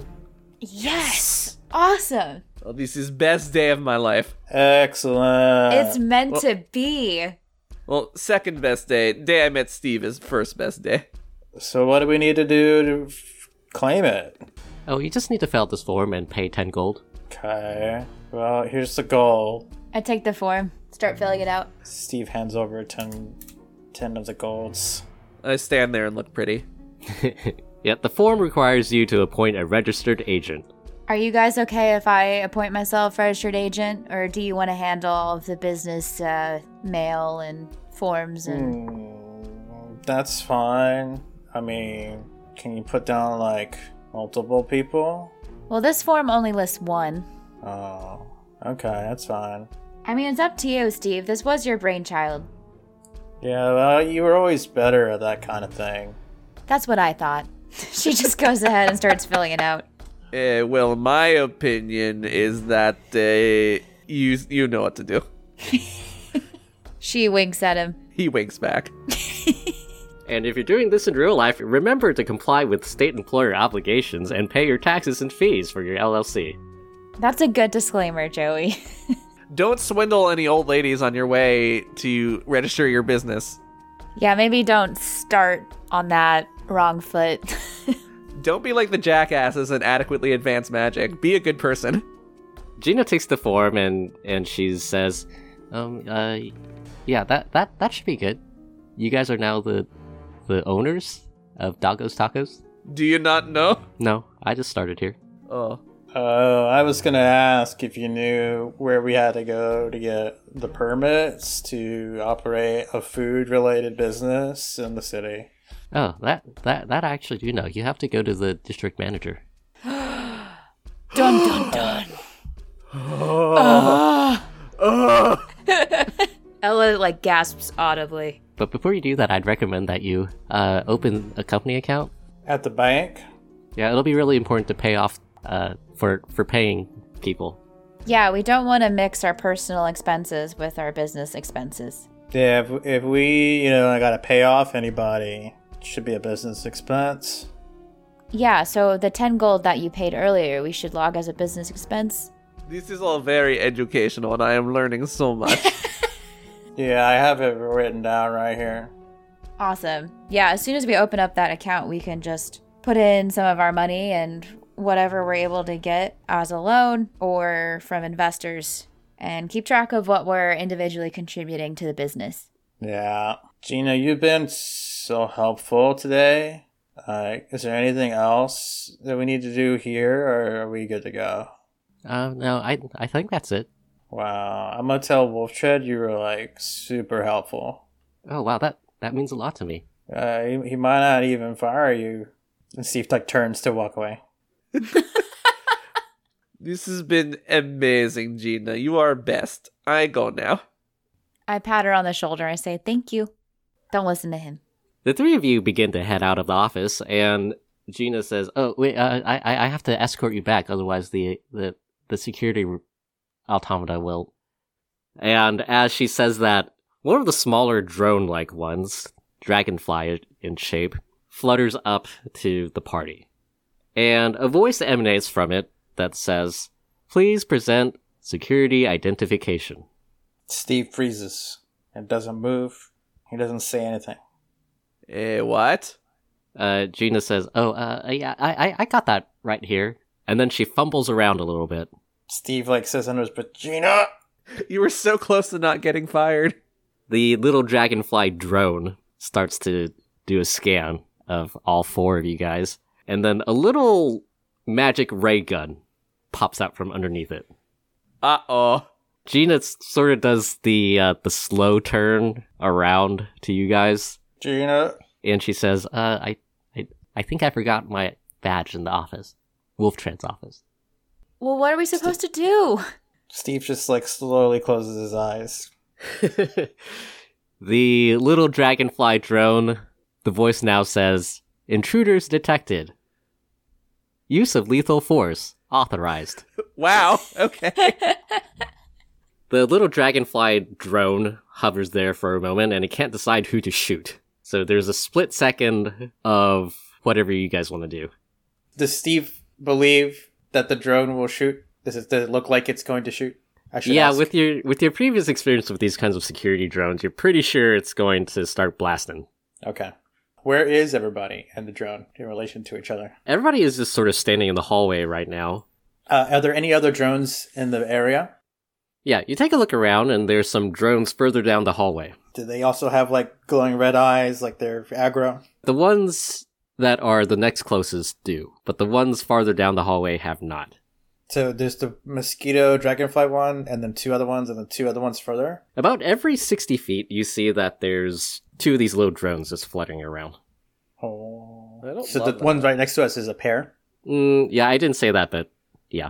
[SPEAKER 4] yes, awesome.
[SPEAKER 5] Well, this is best day of my life.
[SPEAKER 2] Excellent.
[SPEAKER 4] it's meant to be.
[SPEAKER 5] Well, second best day. Day I met Steve is first best day.
[SPEAKER 2] so what do we need to do to f- claim it?
[SPEAKER 3] Oh, you just need to fill out this form and pay 10 gold.
[SPEAKER 2] Okay. Well, here's the goal.
[SPEAKER 4] I take the form, start filling it out.
[SPEAKER 2] Steve hands over 10, 10 of the golds.
[SPEAKER 5] I stand there and look pretty.
[SPEAKER 3] Yeah, the form requires you to appoint a registered agent.
[SPEAKER 4] Are you guys okay if I appoint myself registered agent, or do you want to handle all of the business uh, mail and forms
[SPEAKER 2] Hmm.
[SPEAKER 4] and?
[SPEAKER 2] That's fine. I mean, can you put down like multiple people?
[SPEAKER 4] Well, this form only lists one.
[SPEAKER 2] Oh, okay, that's fine.
[SPEAKER 4] I mean, it's up to you, Steve. This was your brainchild.
[SPEAKER 2] Yeah, well, you were always better at that kind of thing.
[SPEAKER 4] That's what I thought. she just goes ahead and starts filling it out.
[SPEAKER 5] Eh, well, my opinion is that uh, you you know what to do.
[SPEAKER 4] She winks at him.
[SPEAKER 5] He winks back.
[SPEAKER 3] And if you're doing this in real life, remember to comply with state employer obligations and pay your taxes and fees for your LLC.
[SPEAKER 4] That's a good disclaimer, Joey.
[SPEAKER 5] Don't swindle any old ladies on your way to register your business.
[SPEAKER 4] yeah, maybe don't start on that wrong foot.
[SPEAKER 5] Don't be like the jackasses in adequately advanced magic. Be a good person.
[SPEAKER 3] Gina takes the form and and she says, um, uh, yeah, that that that should be good. You guys are now the the owners of Dogos Tacos.
[SPEAKER 5] Do you not know?
[SPEAKER 3] No, I just started here.
[SPEAKER 5] Oh.
[SPEAKER 2] Oh, I was gonna ask if you knew where we had to go to get the permits to operate a food-related business in the city.
[SPEAKER 3] Oh, that that that I actually do know. You have to go to the district manager.
[SPEAKER 4] dun dun dun. Ella like gasps audibly.
[SPEAKER 3] But before you do that, I'd recommend that you uh, open a company account.
[SPEAKER 2] At the bank?
[SPEAKER 3] Yeah, it'll be really important to pay off uh, for for paying people.
[SPEAKER 4] Yeah, we don't want to mix our personal expenses with our business expenses.
[SPEAKER 2] Yeah, if, if we, you know, I gotta pay off anybody, it should be a business expense.
[SPEAKER 4] Yeah, so the 10 gold that you paid earlier, we should log as a business expense.
[SPEAKER 5] This is all very educational and I am learning so much.
[SPEAKER 2] Yeah, I have it written down right here.
[SPEAKER 4] Awesome. Yeah, as soon as we open up that account, we can just put in some of our money and whatever we're able to get as a loan or from investors and keep track of what we're individually contributing to the business.
[SPEAKER 2] Yeah. Gina, you've been so helpful today. Uh, is there anything else that we need to do here, or are we good to go?
[SPEAKER 3] Uh, no, I I think that's it.
[SPEAKER 2] Wow. I'm going to tell Wolf Tread you were like super helpful.
[SPEAKER 3] Oh wow, that that means a lot to me.
[SPEAKER 2] Uh, he, he might not even fire you. And Steve like turns to walk away.
[SPEAKER 5] this has been amazing, Gina. You are best. I go now.
[SPEAKER 4] I pat her on the shoulder. I say, Thank you. Don't listen to him.
[SPEAKER 3] The three of you begin to head out of the office, and Gina says, "Oh wait, uh, I I I have to escort you back, otherwise the the the security automata will." And as she says that, one of the smaller drone-like ones, dragonfly in shape, flutters up to the party, and a voice emanates from it that says, "Please present security identification."
[SPEAKER 2] Steve freezes and doesn't move. He doesn't say anything.
[SPEAKER 5] Eh, what?
[SPEAKER 3] uh, Gina says, "Oh, uh, yeah, I, I, I got that right here." And then she fumbles around a little bit.
[SPEAKER 2] Steve like says under his breath, Gina!
[SPEAKER 5] You were so close to not getting fired.
[SPEAKER 3] The little dragonfly drone starts to do a scan of all four of you guys, and then a little magic ray gun pops out from underneath it.
[SPEAKER 5] Uh oh.
[SPEAKER 3] Gina s- sort of does the uh, the slow turn around to you guys,
[SPEAKER 2] Gina,
[SPEAKER 3] and she says, uh, I, "I I think I forgot my badge in the office, Wolf Trent's office."
[SPEAKER 4] Well, what are we supposed to do?
[SPEAKER 2] Steve just like slowly closes his eyes.
[SPEAKER 3] the little dragonfly drone. The voice now says, "Intruders detected. Use of lethal force authorized."
[SPEAKER 5] Wow. Okay.
[SPEAKER 3] The little dragonfly drone hovers there for a moment and it can't decide who to shoot. So there's a split second of whatever you guys want to do.
[SPEAKER 2] Does Steve believe that the drone will shoot? Does it, does it look like it's going to shoot? I should
[SPEAKER 3] yeah,
[SPEAKER 2] ask.
[SPEAKER 3] with your with your previous experience with these kinds of security drones, you're pretty sure it's going to start blasting.
[SPEAKER 2] Okay. Where is everybody and the drone in relation to each other?
[SPEAKER 3] Everybody is just sort of standing in the hallway right now.
[SPEAKER 2] Uh, are there any other drones in the area?
[SPEAKER 3] Yeah, you take a look around and there's some drones further down the hallway.
[SPEAKER 2] Do they also have like glowing red eyes, like they're aggro?
[SPEAKER 3] The ones that are the next closest do, but the ones farther down the hallway have not.
[SPEAKER 2] So there's the mosquito dragonfly one, and then two other ones, and then two other ones further.
[SPEAKER 3] About every 60 feet, you see that there's two of these little drones just fluttering around.
[SPEAKER 2] Oh.
[SPEAKER 5] I don't
[SPEAKER 2] So the
[SPEAKER 5] love that.
[SPEAKER 2] one right next to us is a pair.
[SPEAKER 3] Mm, yeah, I didn't say that, but yeah.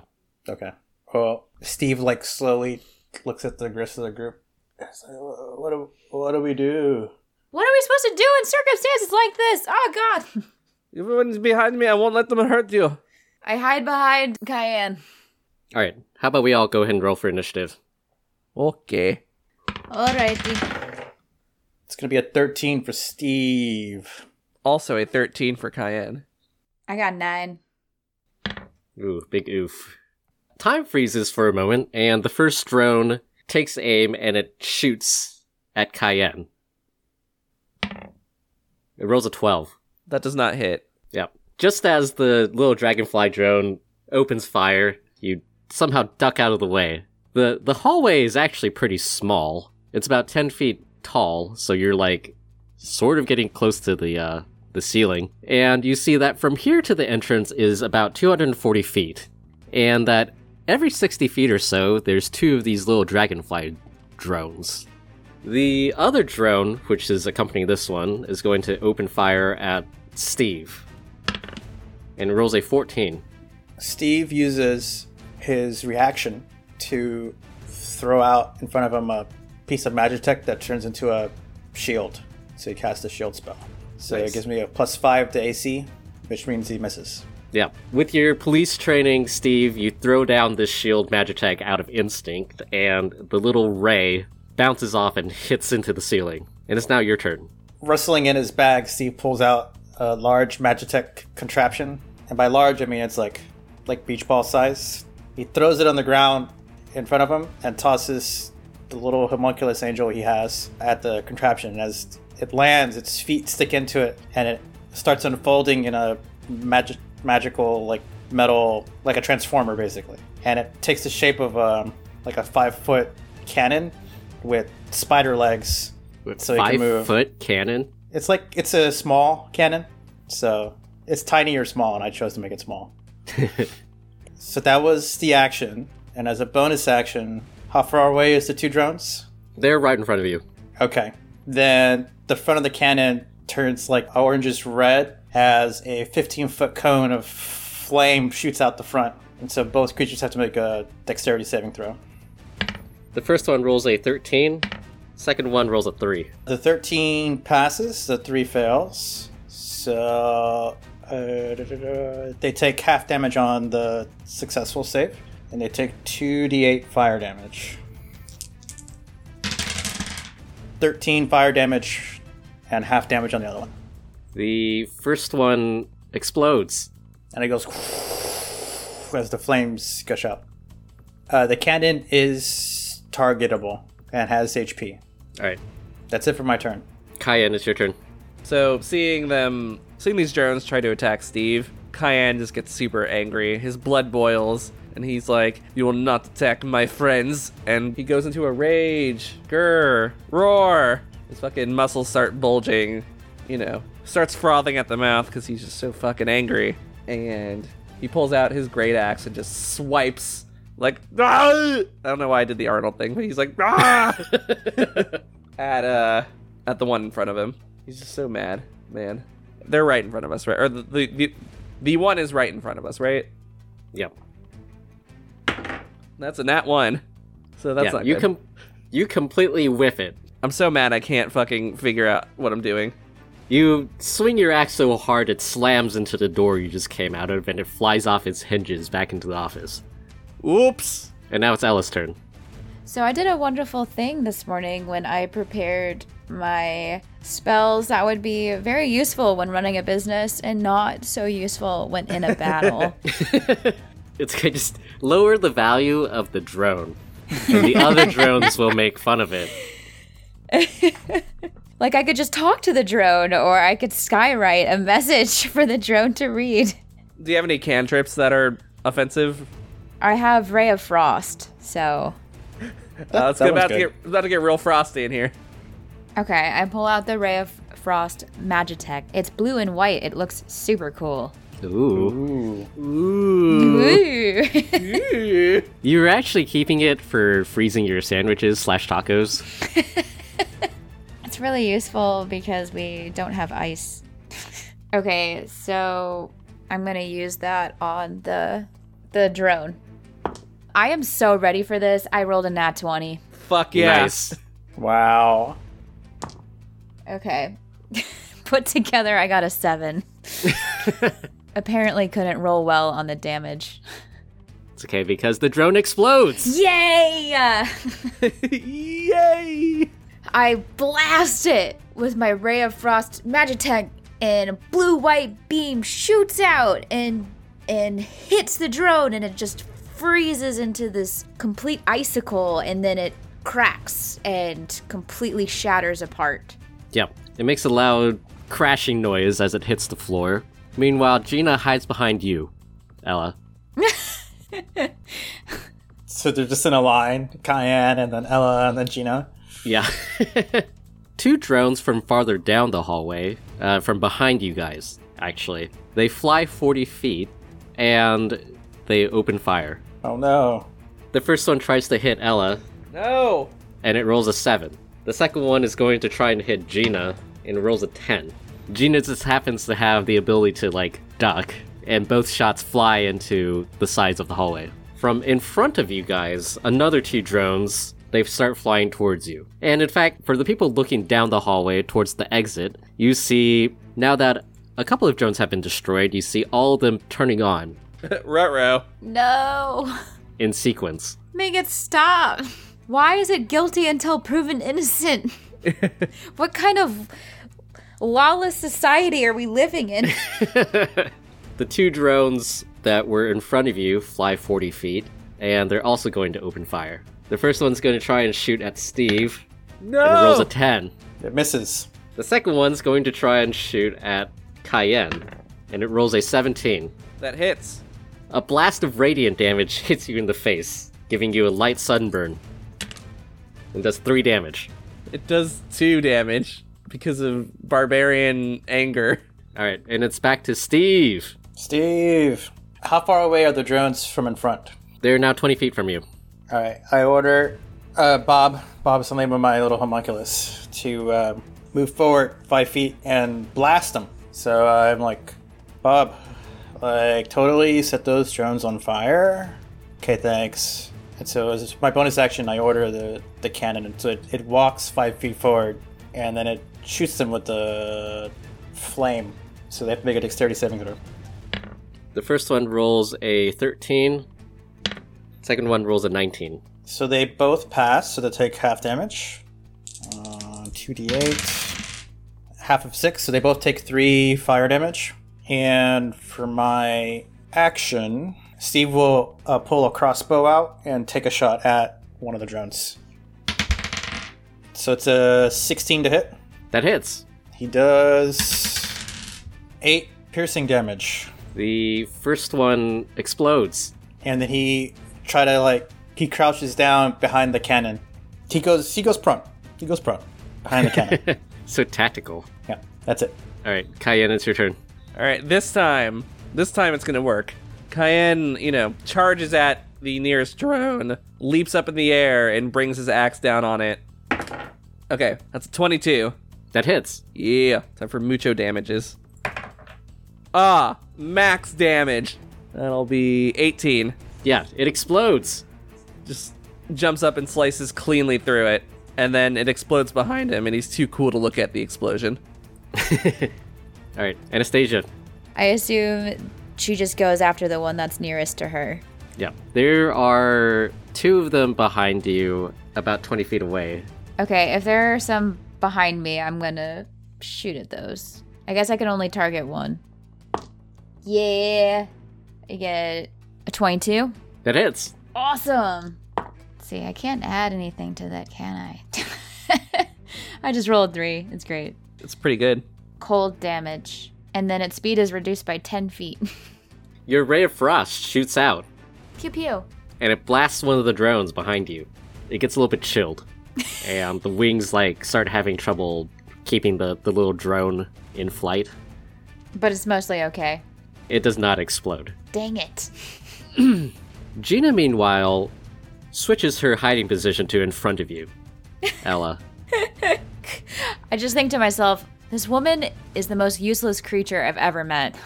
[SPEAKER 2] Okay. Well, Steve like slowly looks at the rest of the group. He's like, "Wha- What do, what do we do?
[SPEAKER 4] What are we supposed to do in circumstances like this? Oh, God.
[SPEAKER 5] Everyone's behind me. I won't let them hurt you.
[SPEAKER 4] I hide behind Cayenne.
[SPEAKER 3] All right, how about we all go ahead and roll for initiative?
[SPEAKER 5] Okay.
[SPEAKER 4] Alrighty.
[SPEAKER 2] It's gonna be a thirteen for Steve.
[SPEAKER 5] Also a 13 for Cayenne.
[SPEAKER 4] I got nine.
[SPEAKER 3] Ooh, big oof. Time freezes for a moment, and the first drone takes aim and it shoots at Cayenne. It rolls a 12.
[SPEAKER 5] That does not hit.
[SPEAKER 3] Yep. Just as the little dragonfly drone opens fire, you somehow duck out of the way. The the hallway is actually pretty small. It's about ten feet tall, so you're like sort of getting close to the uh, the ceiling. And you see that from here to the entrance is about 240 feet, and that every 60 feet or so, there's two of these little dragonfly drones. The other drone, which is accompanying this one, is going to open fire at Steve. And rolls a 14.
[SPEAKER 2] Steve uses his reaction to throw out in front of him a piece of magitech that turns into a shield. So he casts a shield spell. So it gives me a plus five to AC, which means he misses.
[SPEAKER 3] Yeah. With your police training, Steve, you throw down this shield magitech out of instinct, and the little ray bounces off and hits into the ceiling. And it's now your turn.
[SPEAKER 2] Rustling in his bag, Steve pulls out a large magitech contraption, and by large I mean it's like like beach ball size. He throws it on the ground in front of him and tosses the little homunculus angel he has at the contraption. As it lands, its feet stick into it, and it starts unfolding in a magic magical like metal like a transformer basically, and it takes the shape of um, like a five foot cannon with spider legs. so he can
[SPEAKER 3] Five
[SPEAKER 2] move.
[SPEAKER 3] foot cannon.
[SPEAKER 2] It's like it's a small cannon, so it's tiny or small, and I chose to make it small. so that was the action, and as a bonus action, how far away is the two drones?
[SPEAKER 3] They're right in front of you.
[SPEAKER 2] Okay, then the front of the cannon turns like orangish red as a 15 foot cone of flame shoots out the front, and so both creatures have to make a dexterity saving throw.
[SPEAKER 3] The first one rolls a 13, second one rolls a 3.
[SPEAKER 2] The 13 passes, the 3 fails. So uh, da, da, da, they take half damage on the successful save, and they take 2d8 fire damage. 13 fire damage and half damage on the other one.
[SPEAKER 3] The first one explodes.
[SPEAKER 2] And it goes as the flames gush up. Uh, the cannon is targetable and has HP.
[SPEAKER 3] All right.
[SPEAKER 2] That's it for my turn.
[SPEAKER 3] Cayenne, it's your turn.
[SPEAKER 5] So seeing them, seeing these drones try to attack Steve, Cayenne just gets super angry. His blood boils, and he's like, "You will not attack my friends!" And he goes into a rage, grr, roar. His fucking muscles start bulging, you know, starts frothing at the mouth because he's just so fucking angry. And he pulls out his great axe and just swipes like, "Ah!" I don't know why I did the Arnold thing, but he's like, "Ah!" at uh, at the one in front of him. He's just so mad, man. They're right in front of us, right? Or the the the, the one is right in front of us, right?
[SPEAKER 3] Yep.
[SPEAKER 5] That's a nat one, so that's
[SPEAKER 3] yeah,
[SPEAKER 5] not
[SPEAKER 3] you
[SPEAKER 5] good.
[SPEAKER 3] com- you completely whiff it.
[SPEAKER 5] I'm so mad I can't fucking figure out what I'm doing.
[SPEAKER 3] You swing your axe so hard it slams into the door you just came out of, and it flies off its hinges back into the office.
[SPEAKER 5] Oops.
[SPEAKER 3] And now it's Ella's turn.
[SPEAKER 4] So I did a wonderful thing this morning when I prepared my spells that would be very useful when running a business and not so useful when in a battle.
[SPEAKER 3] It's gonna just lower the value of the drone, and the other drones will make fun of it.
[SPEAKER 4] like I could just talk to the drone or I could skywrite a message for the drone to read.
[SPEAKER 5] Do you have any cantrips that are offensive?
[SPEAKER 4] I have Ray of Frost, so
[SPEAKER 5] Uh, it's
[SPEAKER 2] that
[SPEAKER 5] about
[SPEAKER 2] one's
[SPEAKER 5] to get about to get real frosty in here.
[SPEAKER 4] Okay, I pull out the Ray of Frost Magitek. It's blue and white. It looks super cool.
[SPEAKER 3] Ooh.
[SPEAKER 4] Ooh.
[SPEAKER 3] You're actually keeping it for freezing your sandwiches slash tacos.
[SPEAKER 4] it's really useful because we don't have ice. okay, so I'm going to use that on the the drone. I am so ready for this. I rolled a nat 20.
[SPEAKER 5] Fuck yeah.
[SPEAKER 3] Nice.
[SPEAKER 2] Wow.
[SPEAKER 4] Okay. Put together, I got a 7. Apparently couldn't roll well on the damage.
[SPEAKER 3] It's okay because the drone explodes.
[SPEAKER 4] Yay!
[SPEAKER 5] Yay!
[SPEAKER 4] I blast it with my ray of frost magitech, and a blue-white beam shoots out and and hits the drone, and it just freezes into this complete icicle, and then it cracks and completely shatters apart.
[SPEAKER 3] Yep. It makes a loud crashing noise as it hits the floor. Meanwhile, Gina hides behind you, Ella.
[SPEAKER 2] So they're just in a line, Cayenne and then Ella and then Gina.
[SPEAKER 3] Yeah. Two drones from farther down the hallway, uh, from behind you guys, actually. They fly 40 feet and they open fire.
[SPEAKER 2] Oh no.
[SPEAKER 3] The first one tries to hit Ella
[SPEAKER 5] No.
[SPEAKER 3] and it rolls a 7. The second one is going to try and hit Gina and it rolls a 10. Gina just happens to have the ability to, like, duck, and both shots fly into the sides of the hallway. From in front of you guys, another two drones, they start flying towards you. And in fact, for the people looking down the hallway towards the exit, you see, now that a couple of drones have been destroyed, you see all of them turning on
[SPEAKER 5] Ruh-roh.
[SPEAKER 4] No,
[SPEAKER 3] in sequence.
[SPEAKER 4] make it stop! Why is it guilty until proven innocent? what kind of lawless society are we living in?
[SPEAKER 3] The two drones that were in front of you fly 40 feet, and they're also going to open fire. The first one's going to try and shoot at Steve,
[SPEAKER 5] No.
[SPEAKER 3] and it rolls a 10.
[SPEAKER 2] It misses.
[SPEAKER 3] The second one's going to try and shoot at Cayenne, and it rolls a 17.
[SPEAKER 5] that hits.
[SPEAKER 3] A blast of radiant damage hits you in the face, giving you a light sunburn, and does 3 damage.
[SPEAKER 5] It does two damage because of barbarian anger.
[SPEAKER 3] Alright, and it's back to Steve.
[SPEAKER 2] Steve. How far away are the drones from in front?
[SPEAKER 3] They're now 20 feet from you.
[SPEAKER 2] All right, I order uh, Bob, Bob something with my little homunculus to uh, move forward five feet and blast them. So I'm like, Bob, like totally set those drones on fire. Okay, thanks. And so as my bonus action, I order the the cannon, and so it, it walks five feet forward, and then it shoots them with the flame. So they have to make a dexterity saving throw.
[SPEAKER 3] The first one rolls a 13, second one rolls a 19.
[SPEAKER 2] So they both pass, so they take half damage. Uh, 2d8. Half of 6, so they both take 3 fire damage. And for my action, Steve will uh, pull a crossbow out and take a shot at one of the drones. So it's a 16 to hit.
[SPEAKER 3] That hits.
[SPEAKER 2] He does 8 piercing damage.
[SPEAKER 3] The first one explodes.
[SPEAKER 2] and then he try to like he crouches down behind the cannon. He goes he goes prone. He goes prone behind the cannon.
[SPEAKER 3] So tactical.
[SPEAKER 2] yeah, that's it.
[SPEAKER 3] All right, Cayenne, it's your turn.
[SPEAKER 5] All right, this time, this time it's gonna work. Cayenne, you know, charges at the nearest drone, leaps up in the air, and brings his axe down on it. Okay, that's a 22.
[SPEAKER 3] That hits.
[SPEAKER 5] Yeah, time for mucho damages. Ah, max damage. That'll be 18.
[SPEAKER 3] Yeah, it explodes.
[SPEAKER 5] Just jumps up and slices cleanly through it, and then it explodes behind him, and he's too cool to look at the explosion.
[SPEAKER 3] All right, Anastasia.
[SPEAKER 4] I assume she just goes after the one that's nearest to her.
[SPEAKER 3] Yeah, there are two of them behind you, about 20 feet away.
[SPEAKER 4] Okay, if there are some behind me, I'm gonna shoot at those. I guess I can only target one. Yeah. I get a 22.
[SPEAKER 3] That hits.
[SPEAKER 4] Awesome. See, I can't add anything to that, can I? I just rolled three. It's great.
[SPEAKER 5] It's pretty good.
[SPEAKER 4] Cold damage. And then its speed is reduced by 10 feet.
[SPEAKER 3] Your ray of frost shoots out,
[SPEAKER 4] pew pew.
[SPEAKER 3] and it blasts one of the drones behind you. It gets a little bit chilled, and the wings like start having trouble keeping the, the little drone in flight.
[SPEAKER 4] But it's mostly okay.
[SPEAKER 3] It does not explode.
[SPEAKER 4] Dang it.
[SPEAKER 3] Gina, meanwhile, switches her hiding position to in front of you, Ella.
[SPEAKER 4] I just think to myself, this woman is the most useless creature I've ever met.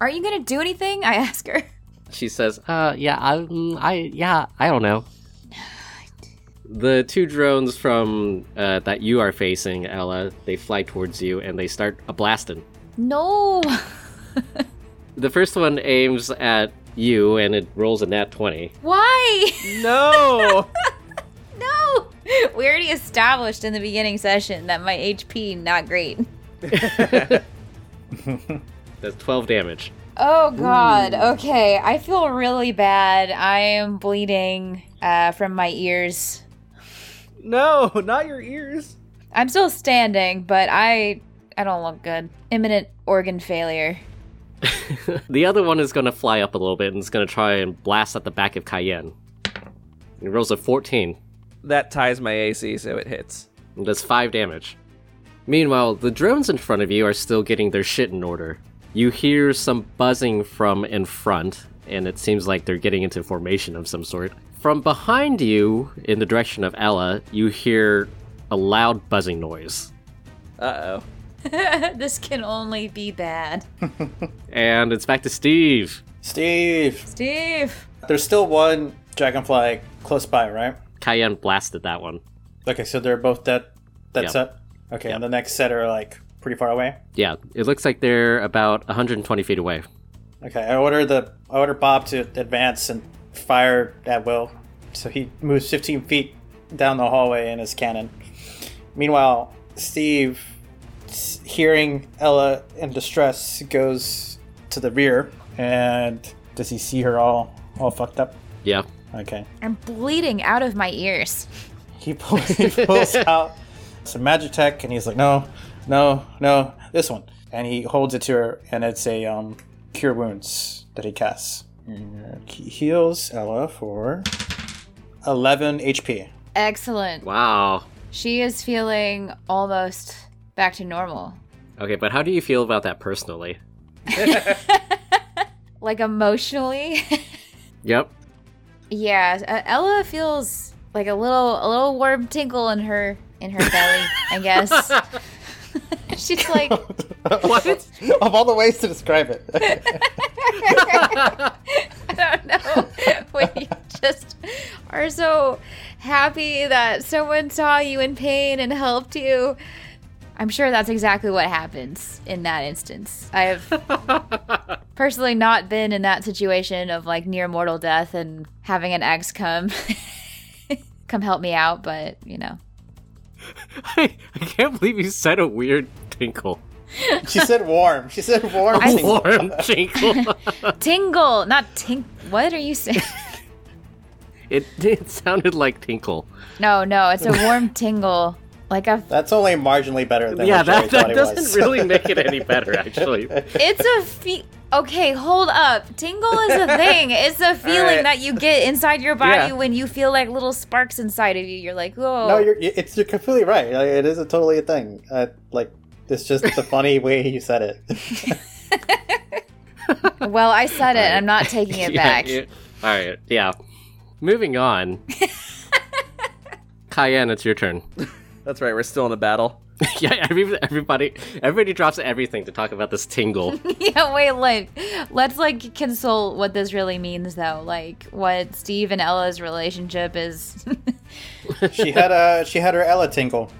[SPEAKER 4] Aren't you gonna do anything? I ask her.
[SPEAKER 3] she says, "Uh, yeah, I, mm, I, yeah, I don't know." The two drones from uh, that you are facing, Ella, they fly towards you and they start a blasting.
[SPEAKER 4] No.
[SPEAKER 3] The first one aims at you and it rolls a nat twenty.
[SPEAKER 4] Why?
[SPEAKER 5] No!
[SPEAKER 4] No. We already established in the beginning session that my HP not great.
[SPEAKER 3] That's twelve damage.
[SPEAKER 4] Oh god. Okay. I feel really bad. I am bleeding uh, from my ears.
[SPEAKER 5] no, not your ears.
[SPEAKER 4] I'm still standing, but I I don't look good. Imminent organ failure.
[SPEAKER 3] The other one is going to fly up a little bit and it's going to try and blast at the back of Cayenne. It rolls a fourteen.
[SPEAKER 5] That ties my AC, so it hits.
[SPEAKER 3] and does 5 damage. Meanwhile, the drones in front of you are still getting their shit in order. You hear some buzzing from in front, and it seems like they're getting into formation of some sort. From behind you, in the direction of Ella, you hear a loud buzzing noise.
[SPEAKER 5] Uh oh.
[SPEAKER 4] this can only be bad.
[SPEAKER 3] And it's back to Steve.
[SPEAKER 2] Steve,
[SPEAKER 4] Steve.
[SPEAKER 2] there's still one dragonfly close by, right?
[SPEAKER 3] Cayenne blasted that one.
[SPEAKER 2] Okay, so they're both dead. That
[SPEAKER 3] Yep.
[SPEAKER 2] set. Okay, and the next set are like pretty far away.
[SPEAKER 3] Yeah, it looks like they're about 120 feet away.
[SPEAKER 2] Okay, I order the I order Bob to advance and fire at will. So he moves 15 feet down the hallway in his cannon. Meanwhile, Steve, s- hearing Ella in distress, goes to the rear. And does he see her all all fucked up?
[SPEAKER 3] Yeah.
[SPEAKER 2] Okay,
[SPEAKER 4] I'm bleeding out of my ears.
[SPEAKER 2] he, pull, he pulls out some magic tech, and he's like, "No, no, no, this one." And he holds it to her, and it's a um, cure wounds that he casts. And he heals Ella for eleven HP.
[SPEAKER 4] Excellent.
[SPEAKER 3] Wow.
[SPEAKER 4] She is feeling almost back to normal.
[SPEAKER 3] Okay, but how do you feel about that personally?
[SPEAKER 4] Like emotionally.
[SPEAKER 3] Yep.
[SPEAKER 4] yeah, uh, Ella feels like a little a little warm tinkle in her in her belly, I guess. She's like
[SPEAKER 3] What?
[SPEAKER 2] of all the ways to describe it,
[SPEAKER 4] I don't know when you just are so happy that someone saw you in pain and helped you. I'm sure that's exactly what happens in that instance. I have personally not been in that situation of like near mortal death and having an ex come come help me out, but you know.
[SPEAKER 3] I, I can't believe you said a weird tinkle.
[SPEAKER 2] she said warm. She said warm.
[SPEAKER 3] Warm tinkle.
[SPEAKER 4] Tingle, not tink what are you saying?
[SPEAKER 3] it, it sounded like tinkle.
[SPEAKER 4] No, no, it's a warm tingle. Like a
[SPEAKER 2] That's only marginally better than
[SPEAKER 3] yeah,
[SPEAKER 2] what Jerry
[SPEAKER 3] that,
[SPEAKER 2] thought
[SPEAKER 3] that
[SPEAKER 2] it
[SPEAKER 3] doesn't
[SPEAKER 2] was.
[SPEAKER 3] really make it any better, actually.
[SPEAKER 4] It's a fe- okay. Hold up, tingle is a thing. It's a feeling
[SPEAKER 5] right.
[SPEAKER 4] that you get inside your body
[SPEAKER 5] Yeah.
[SPEAKER 4] when you feel like little sparks inside of you. You're like, whoa.
[SPEAKER 2] No, you're y- it's you're completely right. Like, It is a totally a thing. Uh, like it's just the funny way you said it.
[SPEAKER 4] well, I said it. I'm not taking it
[SPEAKER 3] Yeah,
[SPEAKER 4] back.
[SPEAKER 3] you- All right. Yeah. Moving on. Cayenne, it's your turn.
[SPEAKER 5] That's right. We're still in a battle.
[SPEAKER 3] yeah. Every, everybody, everybody drops everything to talk about this tingle.
[SPEAKER 4] yeah, wait, like, let's like consult what this really means, though. Like, what Steve and Ella's relationship is.
[SPEAKER 2] She had a she had her Ella tinkle.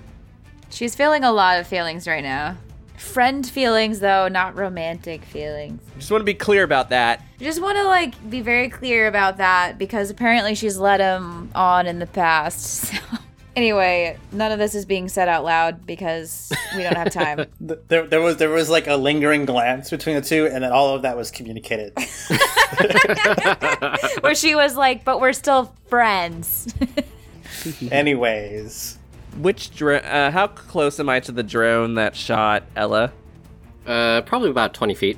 [SPEAKER 4] She's feeling a lot of feelings right now. Friend feelings, though, not romantic feelings.
[SPEAKER 5] Just want to be clear about that.
[SPEAKER 4] Just want to like be very clear about that because apparently she's led him on in the past. So. Anyway, none of this is being said out loud because we don't have time.
[SPEAKER 2] Th- There, there was there was like a lingering glance between the two, and then all of that was communicated.
[SPEAKER 4] Where she was like, "But we're still friends."
[SPEAKER 2] Anyways,
[SPEAKER 5] Which drone? Uh, how close am I to the drone that shot Ella?
[SPEAKER 3] Uh, probably about twenty feet.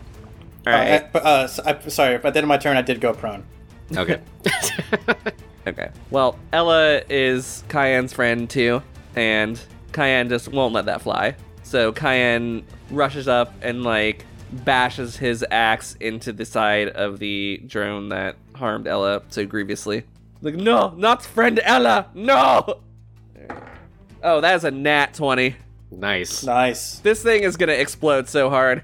[SPEAKER 5] All
[SPEAKER 2] uh,
[SPEAKER 5] right.
[SPEAKER 2] I- but, uh, so- I- sorry, but then my turn, I did go prone.
[SPEAKER 3] Okay.
[SPEAKER 5] Okay. Well, Ella is Cayenne's friend too, and Cayenne just won't let that fly. So Cayenne rushes up and like bashes his axe into the side of the drone that harmed Ella so grievously. Like, no, not friend Ella, no. Oh, that is a nat twenty.
[SPEAKER 3] nice.
[SPEAKER 2] Nice.
[SPEAKER 5] This thing is gonna explode so hard.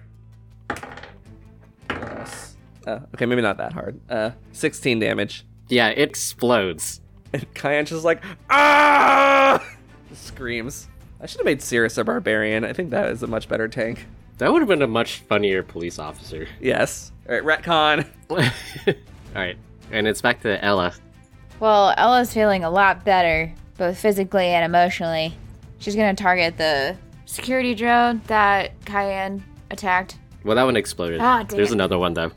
[SPEAKER 5] Yes. Uh, okay, maybe not that hard. Uh, 16 damage.
[SPEAKER 3] Yeah, it explodes.
[SPEAKER 5] And Kyan's just like, ah! Screams. I should have made Cirrus a barbarian. I think that is a much better tank.
[SPEAKER 3] That would have been a much funnier police officer.
[SPEAKER 5] Yes. All right, retcon.
[SPEAKER 3] All right, and it's back to Ella.
[SPEAKER 4] Well, Ella's feeling a lot better, both physically and emotionally. She's gonna target the security drone that Cayenne attacked.
[SPEAKER 3] Well, that one exploded.
[SPEAKER 4] Ah, damn
[SPEAKER 3] There's
[SPEAKER 4] it.
[SPEAKER 3] another one though.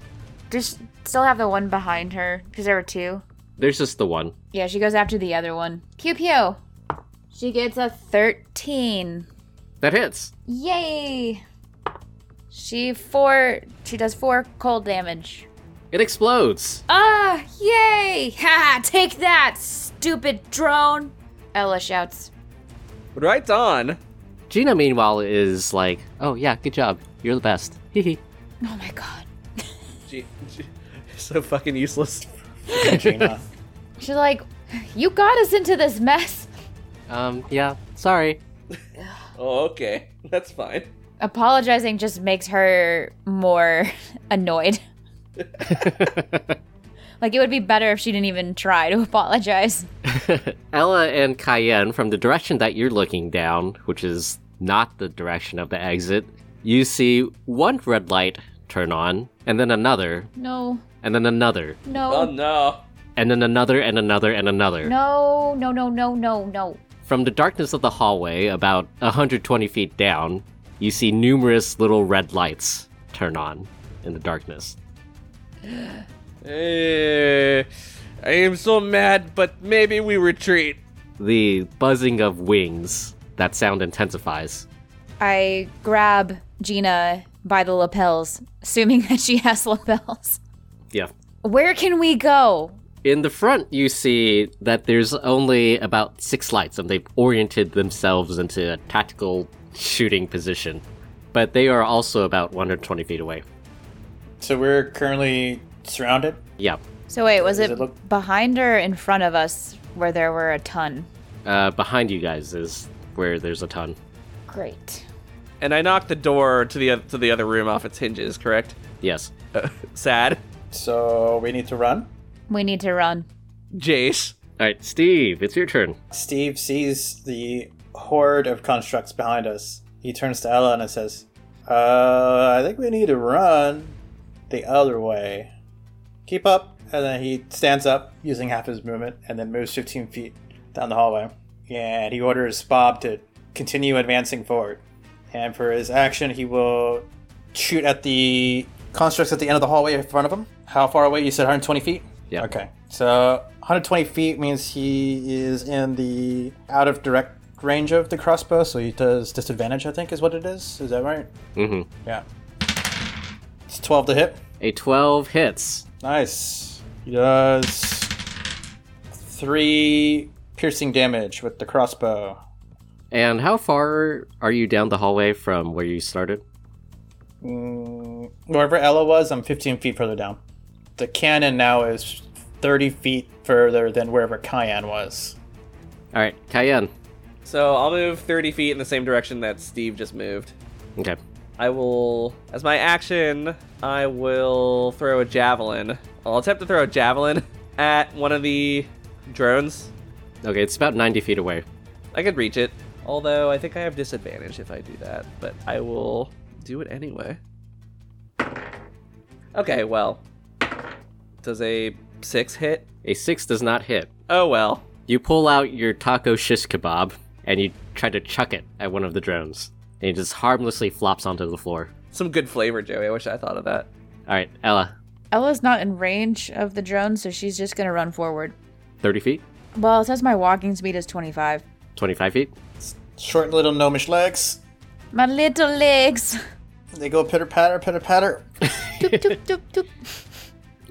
[SPEAKER 4] Does she still have the one behind her? Because there were two.
[SPEAKER 3] There's just the one.
[SPEAKER 4] Yeah, she goes after the other one. Pew pew. She gets a 13.
[SPEAKER 3] That hits.
[SPEAKER 4] Yay! She four. She does four cold damage.
[SPEAKER 3] It explodes.
[SPEAKER 4] Ah! Yay! Ha! Take that, stupid drone! Ella shouts.
[SPEAKER 5] Right on.
[SPEAKER 3] Gina, meanwhile, is like, "Oh yeah, good job. You're the best." Hee hee.
[SPEAKER 4] Oh my god.
[SPEAKER 5] G- G- so fucking useless.
[SPEAKER 2] Gina.
[SPEAKER 4] She's like, "You got us into this mess."
[SPEAKER 3] Um, yeah. Sorry.
[SPEAKER 5] Oh, okay. That's fine.
[SPEAKER 4] Apologizing just makes her more annoyed. like it would be better if she didn't even try to apologize.
[SPEAKER 3] Ella and Cayenne, from the direction that you're looking down, which is not the direction of the exit, you see one red light turn on, and then another,
[SPEAKER 4] No,
[SPEAKER 3] and then another,
[SPEAKER 5] Oh,
[SPEAKER 4] no,
[SPEAKER 5] no.
[SPEAKER 3] and then another, and another, and another.
[SPEAKER 4] no, no, no, no, no, no.
[SPEAKER 3] From the darkness of the hallway, about 120 feet down, you see numerous little red lights turn on in the darkness.
[SPEAKER 5] Eh, I am so mad, but maybe we retreat.
[SPEAKER 3] The buzzing of wings, that sound intensifies.
[SPEAKER 4] I grab Gina by the lapels, assuming that she has lapels.
[SPEAKER 3] Yeah.
[SPEAKER 4] Where can we go?
[SPEAKER 3] In the front, you see that there's only about six lights, and they've oriented themselves into a tactical shooting position. But they are also about 120 feet away.
[SPEAKER 2] so we're currently surrounded.
[SPEAKER 3] Yeah.
[SPEAKER 4] So wait, was
[SPEAKER 2] Does
[SPEAKER 4] it,
[SPEAKER 2] it look-
[SPEAKER 4] behind or in front of us where there were a ton?
[SPEAKER 3] Uh, behind you guys is where there's a ton.
[SPEAKER 4] Great.
[SPEAKER 5] And I knocked the door to the oth- to the other room off its hinges. Correct?
[SPEAKER 3] Yes.
[SPEAKER 5] Uh, sad.
[SPEAKER 2] So we need to run.
[SPEAKER 4] We need to run.
[SPEAKER 5] Jace.
[SPEAKER 3] All right, Steve, it's your turn.
[SPEAKER 2] Steve sees the horde of constructs behind us. He turns to Ella and says, "Uh, I think we need to run the other way. Keep up." And then he stands up using half his movement and then moves 15 feet down the hallway. And he orders Bob to continue advancing forward. And for his action, he will shoot at the constructs at the end of the hallway in front of him. How far away? You said 120 feet?
[SPEAKER 3] Yeah.
[SPEAKER 2] Okay. So 120 feet means he is in the out of direct range of the crossbow, so he does disadvantage, I think, is what it is. Is that right?
[SPEAKER 3] Mm-hmm.
[SPEAKER 2] Yeah. It's 12 to hit.
[SPEAKER 3] A 12 hits.
[SPEAKER 2] Nice. He does three piercing damage with the crossbow.
[SPEAKER 3] And how far are you down the hallway from where you started?
[SPEAKER 2] Mm, wherever Ella was, I'm 15 feet further down. The cannon now is 30 feet further than wherever Kyan was.
[SPEAKER 3] All right, Cayenne.
[SPEAKER 5] So I'll move 30 feet in the same direction that Steve just moved.
[SPEAKER 3] Okay.
[SPEAKER 5] I will, as my action, I will throw a javelin. I'll attempt to throw a javelin at one of the drones.
[SPEAKER 3] Okay, it's about 90 feet away.
[SPEAKER 5] I could reach it, although I think I have disadvantage if I do that, but I will do it anyway. Okay, well. Does a six hit?
[SPEAKER 3] A six does not hit.
[SPEAKER 5] Oh well.
[SPEAKER 3] You pull out your taco shish kebab and you try to chuck it at one of the drones. And it just harmlessly flops onto the floor.
[SPEAKER 5] Some good flavor, Joey. I wish I thought of that.
[SPEAKER 3] All right, Ella,
[SPEAKER 4] Ella's not in range of the drone, so she's just gonna run forward.
[SPEAKER 3] 30 feet?
[SPEAKER 4] Well, it says my walking speed is 25.
[SPEAKER 3] 25 feet?
[SPEAKER 2] Short little gnomish legs.
[SPEAKER 4] My little legs.
[SPEAKER 2] They go pitter patter, pitter patter.
[SPEAKER 4] Doop, doop, doop, doop.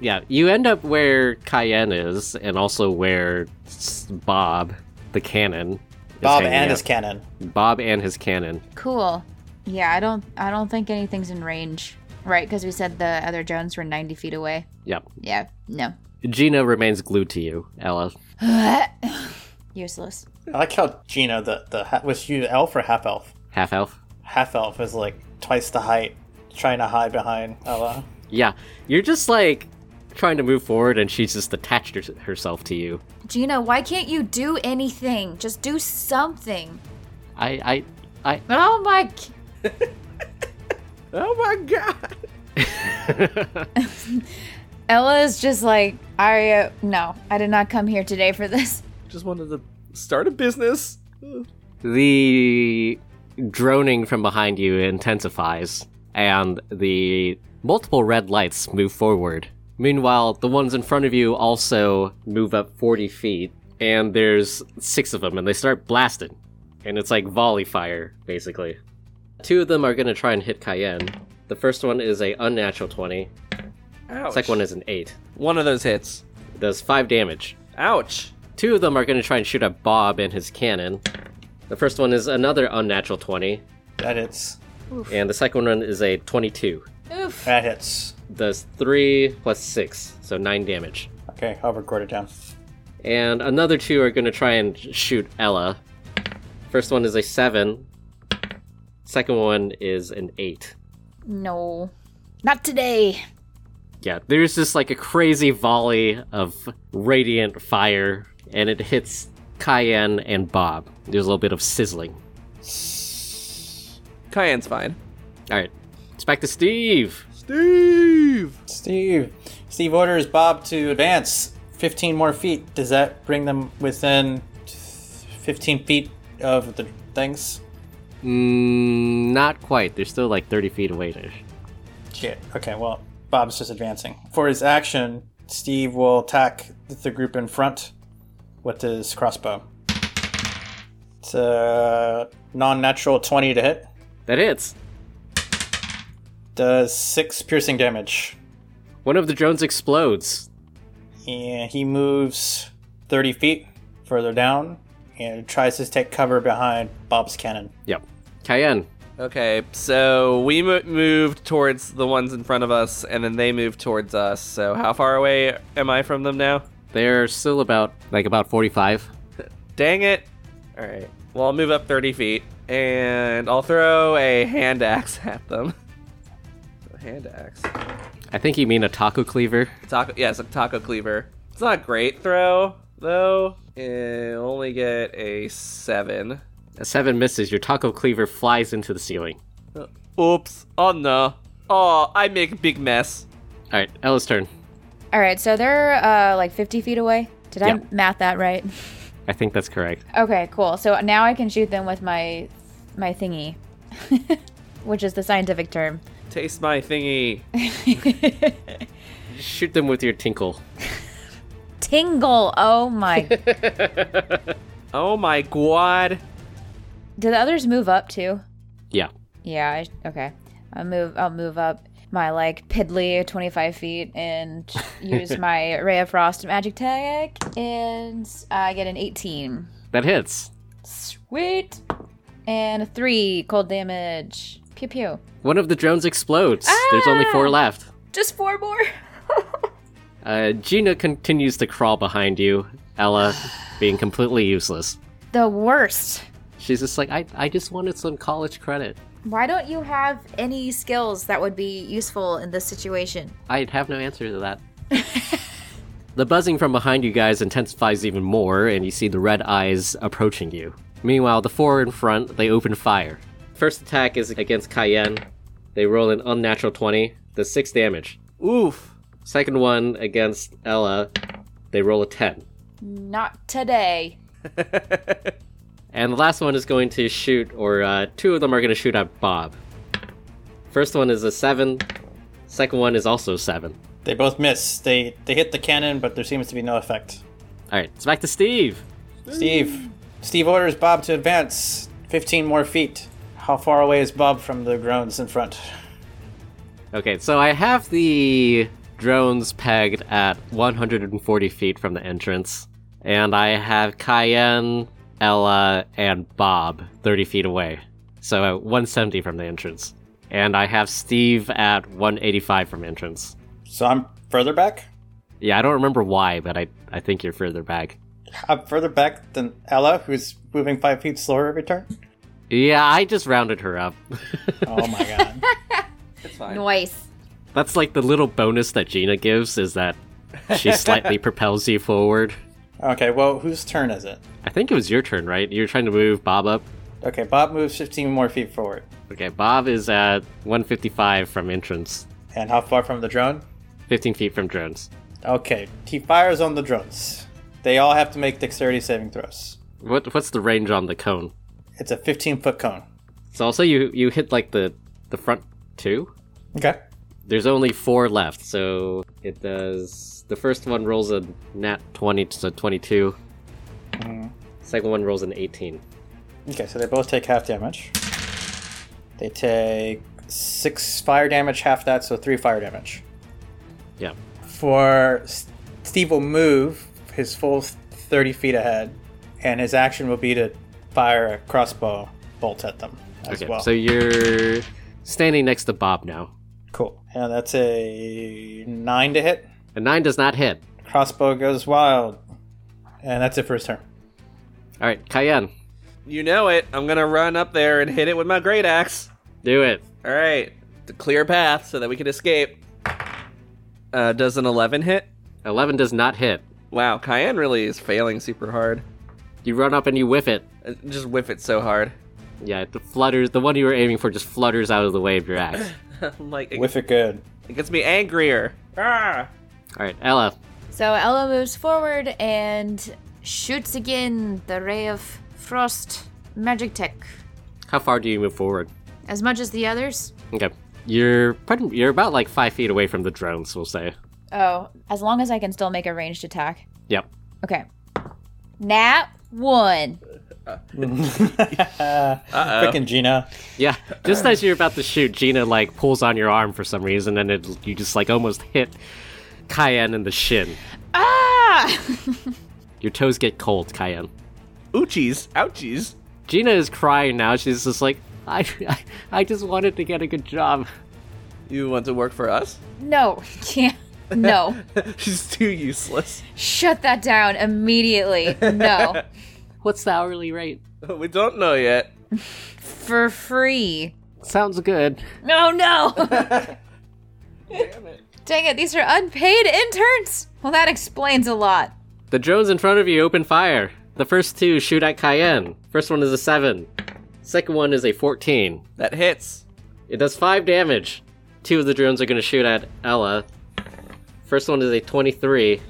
[SPEAKER 3] Yeah, you end up where Cayenne is and also where s- Bob, the cannon, is
[SPEAKER 2] Bob
[SPEAKER 3] hanging
[SPEAKER 2] and
[SPEAKER 3] out.
[SPEAKER 2] his cannon.
[SPEAKER 3] Bob and his cannon.
[SPEAKER 4] Cool. Yeah, I don't. I don't think anything's in range, right? Because we said the other drones were 90 feet away.
[SPEAKER 3] Yep.
[SPEAKER 4] Yeah. No.
[SPEAKER 3] Gina remains glued to you, Ella.
[SPEAKER 4] Useless.
[SPEAKER 2] I like how Gina, the, the ha- was she elf or half elf?
[SPEAKER 3] Half elf.
[SPEAKER 2] Half elf is like twice the height, trying to hide behind Oh, Ella.
[SPEAKER 3] Yeah, you're just like trying to move forward and she's just attached her- herself to you.
[SPEAKER 8] Gina, why can't you do anything? Just do something.
[SPEAKER 3] I, I,
[SPEAKER 8] Oh my. g-
[SPEAKER 5] Oh my god!
[SPEAKER 3] I.
[SPEAKER 4] Ella is just like, I uh, no, I did not come here today for this.
[SPEAKER 5] Just wanted to start a business.
[SPEAKER 3] the droning from behind you intensifies and the multiple red lights move forward meanwhile the ones in front of you also move up 40 feet and there's six of them and they start blasting and it's like volley fire basically two of them are going to try and hit cayenne the first one is a unnatural 20
[SPEAKER 5] Ouch.
[SPEAKER 3] second one is an 8
[SPEAKER 5] one of those hits.
[SPEAKER 3] it does 5 damage
[SPEAKER 5] Ouch.
[SPEAKER 3] Two of them are going to try and shoot at Bob and his cannon. The first one is another unnatural 20,
[SPEAKER 2] That hits.
[SPEAKER 3] and the second one is a 22.
[SPEAKER 8] Oof.
[SPEAKER 2] That hits.
[SPEAKER 3] Does 3 plus 6, so 9 damage.
[SPEAKER 2] Okay, I'll record it down.
[SPEAKER 3] And another two are going to try and shoot Ella. First one is a 7, second one is an 8.
[SPEAKER 4] No, not today.
[SPEAKER 3] Yeah, there's just like a crazy volley of radiant fire, and it hits Cayenne and Bob. There's a little bit of sizzling.
[SPEAKER 5] Cayenne's fine.
[SPEAKER 3] Alright, it's back to Steve!
[SPEAKER 5] Steve.
[SPEAKER 2] Steve. Steve orders Bob to advance 15 more feet. Does that bring them within 15 feet of the things?
[SPEAKER 3] Mm, not quite. They're still like 30 feet away.
[SPEAKER 2] Shit. Okay, well, Bob's just advancing. For his action, Steve will attack the group in front with his crossbow. It's a non natural 20 to hit.
[SPEAKER 3] That hits.
[SPEAKER 2] Does 6 piercing damage.
[SPEAKER 3] One of the drones explodes.
[SPEAKER 2] And he moves 30 feet further down and tries to take cover behind Bob's cannon.
[SPEAKER 3] Yep. Cayenne.
[SPEAKER 5] Okay, so we mo- moved towards the ones in front of us, and then they moved towards us. So how far away am I from them now?
[SPEAKER 3] They're still about like about 45.
[SPEAKER 5] Dang it! All right. Well, I'll move up 30 feet, and I'll throw a hand axe at them. So hand axe.
[SPEAKER 3] I think you mean a taco cleaver.
[SPEAKER 5] Taco. Yeah, it's a taco cleaver. It's not a great throw though. It only get a seven.
[SPEAKER 3] A seven misses. Your taco cleaver flies into the ceiling.
[SPEAKER 5] Oops. Oh no. Oh, I make a big mess.
[SPEAKER 3] All right, Ella's turn.
[SPEAKER 4] All right, so they're uh, like 50 feet away. Did
[SPEAKER 3] Yeah.
[SPEAKER 4] I math that right?
[SPEAKER 3] I think that's correct.
[SPEAKER 4] Okay, cool. So now I can shoot them with my my thingy, which is the scientific term.
[SPEAKER 5] Taste my thingy.
[SPEAKER 3] Shoot them with your tinkle.
[SPEAKER 4] Tingle. Oh my.
[SPEAKER 5] Oh my god.
[SPEAKER 4] Do the others move up too?
[SPEAKER 3] Yeah.
[SPEAKER 4] Yeah. I, okay. I'll move. I'll move up my like piddly 25 feet and use my ray of frost magic tag, and I get an 18.
[SPEAKER 3] That hits.
[SPEAKER 4] Sweet. And a three cold damage. Pew pew.
[SPEAKER 3] One of the drones explodes. There's only four left.
[SPEAKER 4] Just four more.
[SPEAKER 3] Uh, Gina continues to crawl behind you, Ella being completely useless.
[SPEAKER 9] The worst.
[SPEAKER 3] She's just like, I, I just wanted some college credit.
[SPEAKER 9] Why don't you have any skills that would be useful in this situation?
[SPEAKER 3] I'd have no answer to that. the buzzing from behind you guys intensifies even more, and you see the red eyes approaching you. Meanwhile, the four in front, they open fire. First attack is against Cayenne. They roll an unnatural 20, the 6 damage.
[SPEAKER 5] Oof.
[SPEAKER 3] Second one against Ella, they roll a 10.
[SPEAKER 9] Not today.
[SPEAKER 3] And the last one is going to shoot, or uh, two of them are going to shoot at Bob. First one is a 7, second one is also 7.
[SPEAKER 2] They both miss. They they hit the cannon, but there seems to be no effect.
[SPEAKER 3] Alright, it's back to Steve.
[SPEAKER 2] Steve. Steve orders Bob to advance 15 more feet. How far away is Bob from the groans in front?
[SPEAKER 3] Okay, so I have the drones pegged at 140 feet from the entrance, and I have Cayenne, Ella, and Bob 30 feet away. So at 170 from the entrance. And I have Steve at 185 from entrance.
[SPEAKER 2] So I'm further back?
[SPEAKER 3] Yeah, I don't remember why, but I, I think you're further back.
[SPEAKER 2] I'm further back than Ella, who's moving five feet slower every turn?
[SPEAKER 3] Yeah, I just rounded her up.
[SPEAKER 2] Oh my god.
[SPEAKER 5] It's fine.
[SPEAKER 9] Noise.
[SPEAKER 3] That's like the little bonus that Gina gives is that she slightly propels you forward.
[SPEAKER 2] Okay, well, whose turn is it?
[SPEAKER 3] I think it was your turn, right? You were trying to move Bob up.
[SPEAKER 2] Okay, Bob moves 15 more feet forward.
[SPEAKER 3] Okay, Bob is at 155 from entrance,
[SPEAKER 2] And how far from the drone?
[SPEAKER 3] 15 feet from drones.
[SPEAKER 2] Okay, he fires on the drones. They all have to make dexterity saving throws.
[SPEAKER 3] What what's the range on the cone?
[SPEAKER 2] It's a 15 foot cone.
[SPEAKER 3] So I'll say you you hit like the the front two.
[SPEAKER 2] Okay.
[SPEAKER 3] There's only four left, so it does. The first one rolls a nat 20 to 22.
[SPEAKER 2] Mm-hmm.
[SPEAKER 3] Second one rolls an 18.
[SPEAKER 2] Okay, so they both take half damage. They take six fire damage, half that, so three fire damage.
[SPEAKER 3] Yeah.
[SPEAKER 2] For S- Steve will move his full 30 feet ahead, and his action will be to fire a crossbow bolt at them as
[SPEAKER 3] Okay.
[SPEAKER 2] well.
[SPEAKER 3] So you're standing next to Bob now.
[SPEAKER 2] cool. And that's a nine to hit.
[SPEAKER 3] A nine does not hit.
[SPEAKER 2] Crossbow goes wild, and that's it for his turn.
[SPEAKER 3] All right, Cayenne,
[SPEAKER 5] You know it. I'm gonna run up there and hit it with my great axe.
[SPEAKER 3] do it.
[SPEAKER 5] All right, to clear path so that we can escape. Uh, does an 11 hit?
[SPEAKER 3] 11 does not hit.
[SPEAKER 5] Wow, Cayenne really is failing super hard.
[SPEAKER 3] You run up and you whiff it.
[SPEAKER 5] Uh, Just whiff it so hard.
[SPEAKER 3] Yeah, it flutters. The one you were aiming for just flutters out of the way of your axe.
[SPEAKER 5] I'm like, it,
[SPEAKER 2] Whiff it good.
[SPEAKER 5] it gets me angrier. Ah!
[SPEAKER 3] All right, Ella,
[SPEAKER 9] So Ella moves forward and shoots again the ray of frost magic tech.
[SPEAKER 3] how far do you move forward?
[SPEAKER 9] As much as the others?
[SPEAKER 3] Okay, you're pretty, you're about like five feet away from the drones. We'll say.
[SPEAKER 9] Oh, as long as I can still make a ranged attack.
[SPEAKER 3] Yep.
[SPEAKER 9] Okay. Nat one.
[SPEAKER 3] Uh,
[SPEAKER 2] Frickin' Gina.
[SPEAKER 3] Yeah. Just as you're about to shoot, Gina like pulls on your arm for some reason, and it you just like almost hit Cayenne in the shin.
[SPEAKER 9] Ah!
[SPEAKER 3] Your toes get cold, Cayenne.
[SPEAKER 5] Oochies. Ouchies.
[SPEAKER 3] Gina is crying now. She's just like, I, I, I just wanted to get a good job.
[SPEAKER 5] You want to work for us?
[SPEAKER 9] no, can't. No.
[SPEAKER 5] She's too useless.
[SPEAKER 9] Shut that down immediately. No.
[SPEAKER 3] What's the hourly rate?
[SPEAKER 5] We don't know yet.
[SPEAKER 9] For free.
[SPEAKER 3] Sounds good.
[SPEAKER 9] No, no. Dang it, these are unpaid interns. Well, that explains a lot.
[SPEAKER 3] The drones in front of you open fire. The first two shoot at Cayenne. First one is a seven. Second one is a 14.
[SPEAKER 5] That hits.
[SPEAKER 3] It does five damage. Two of the drones are going to shoot at Ella. First one is a 23.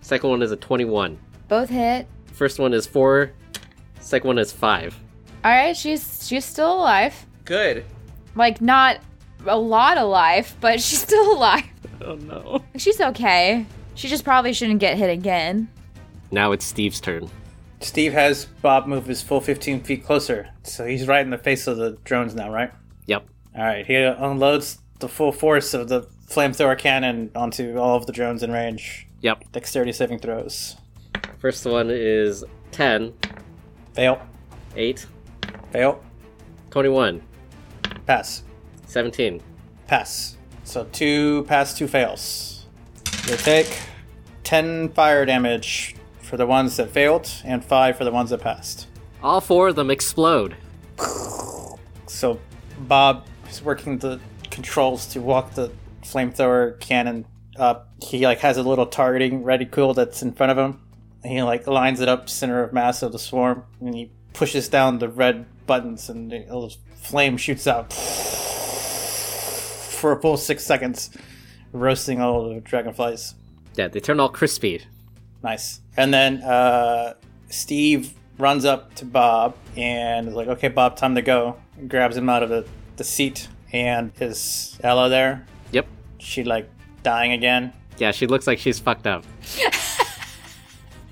[SPEAKER 3] Second one is a 21.
[SPEAKER 9] Both hit.
[SPEAKER 3] First one is four. Second one is five.
[SPEAKER 9] All right, she's she's still alive.
[SPEAKER 5] Good.
[SPEAKER 9] Like not a lot alive, but she's still alive.
[SPEAKER 5] Oh no.
[SPEAKER 9] She's okay. She just probably shouldn't get hit again.
[SPEAKER 3] Now it's Steve's turn.
[SPEAKER 2] Steve has Bob move his full 15 feet closer, so he's right in the face of the drones now, right?
[SPEAKER 3] Yep.
[SPEAKER 2] All right, he unloads the full force of the flamethrower cannon onto all of the drones in range.
[SPEAKER 3] Yep.
[SPEAKER 2] Dexterity saving throws.
[SPEAKER 3] First one is 10,
[SPEAKER 2] Fail,
[SPEAKER 3] 8,
[SPEAKER 2] fail,
[SPEAKER 3] 21,
[SPEAKER 2] pass,
[SPEAKER 3] 17.
[SPEAKER 2] pass. So two pass, two fails. You'll take 10 fire damage for the ones that failed and 5 for the ones that passed.
[SPEAKER 3] All four of them explode.
[SPEAKER 2] So Bob is working the controls to walk the flamethrower cannon up. He like has a little targeting reticule that's in front of him. And he like lines it up center of mass of the swarm and he pushes down the red buttons and the little flame shoots out for a full six seconds, roasting all the dragonflies.
[SPEAKER 3] Yeah, they turn all crispy.
[SPEAKER 2] Nice. And then uh, Steve runs up to Bob and is like, okay, Bob, time to go. Grabs him out of the, the seat. And is Ella there?
[SPEAKER 3] Yep.
[SPEAKER 2] She like dying again.
[SPEAKER 3] Yeah, she looks like she's fucked up.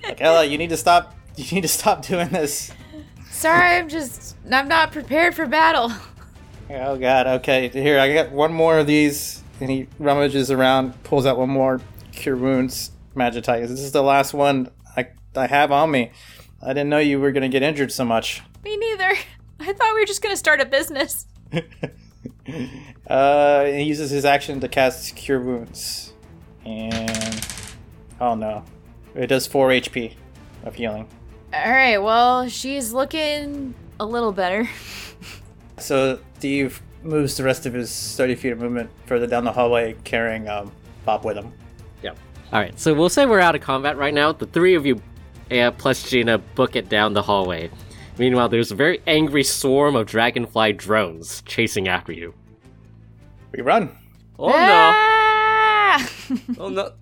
[SPEAKER 2] Like, Ella, you need to stop. You need to stop doing this.
[SPEAKER 9] Sorry, I'm just I'm not prepared for battle.
[SPEAKER 2] Oh god, okay. Here, I got one more of these. And he rummages around, pulls out one more cure wounds magititis. This is the last one I, I have on me. I didn't know you were gonna get injured so much.
[SPEAKER 9] Me neither. I thought we were just gonna start a business.
[SPEAKER 2] Uh, he uses his action to cast cure wounds. And oh no. It does four HP of healing.
[SPEAKER 9] All right. Well, she's looking a little better.
[SPEAKER 2] So Steve moves the rest of his 30 feet of movement further down the hallway, carrying um, Bob with him.
[SPEAKER 3] Yep. All right, so we'll say we're out of combat right now. The three of you, Aya plus Gina, book it down the hallway. Meanwhile, there's a very angry swarm of dragonfly drones chasing after you.
[SPEAKER 2] We run.
[SPEAKER 5] Oh no!
[SPEAKER 9] Ah!
[SPEAKER 5] Oh no!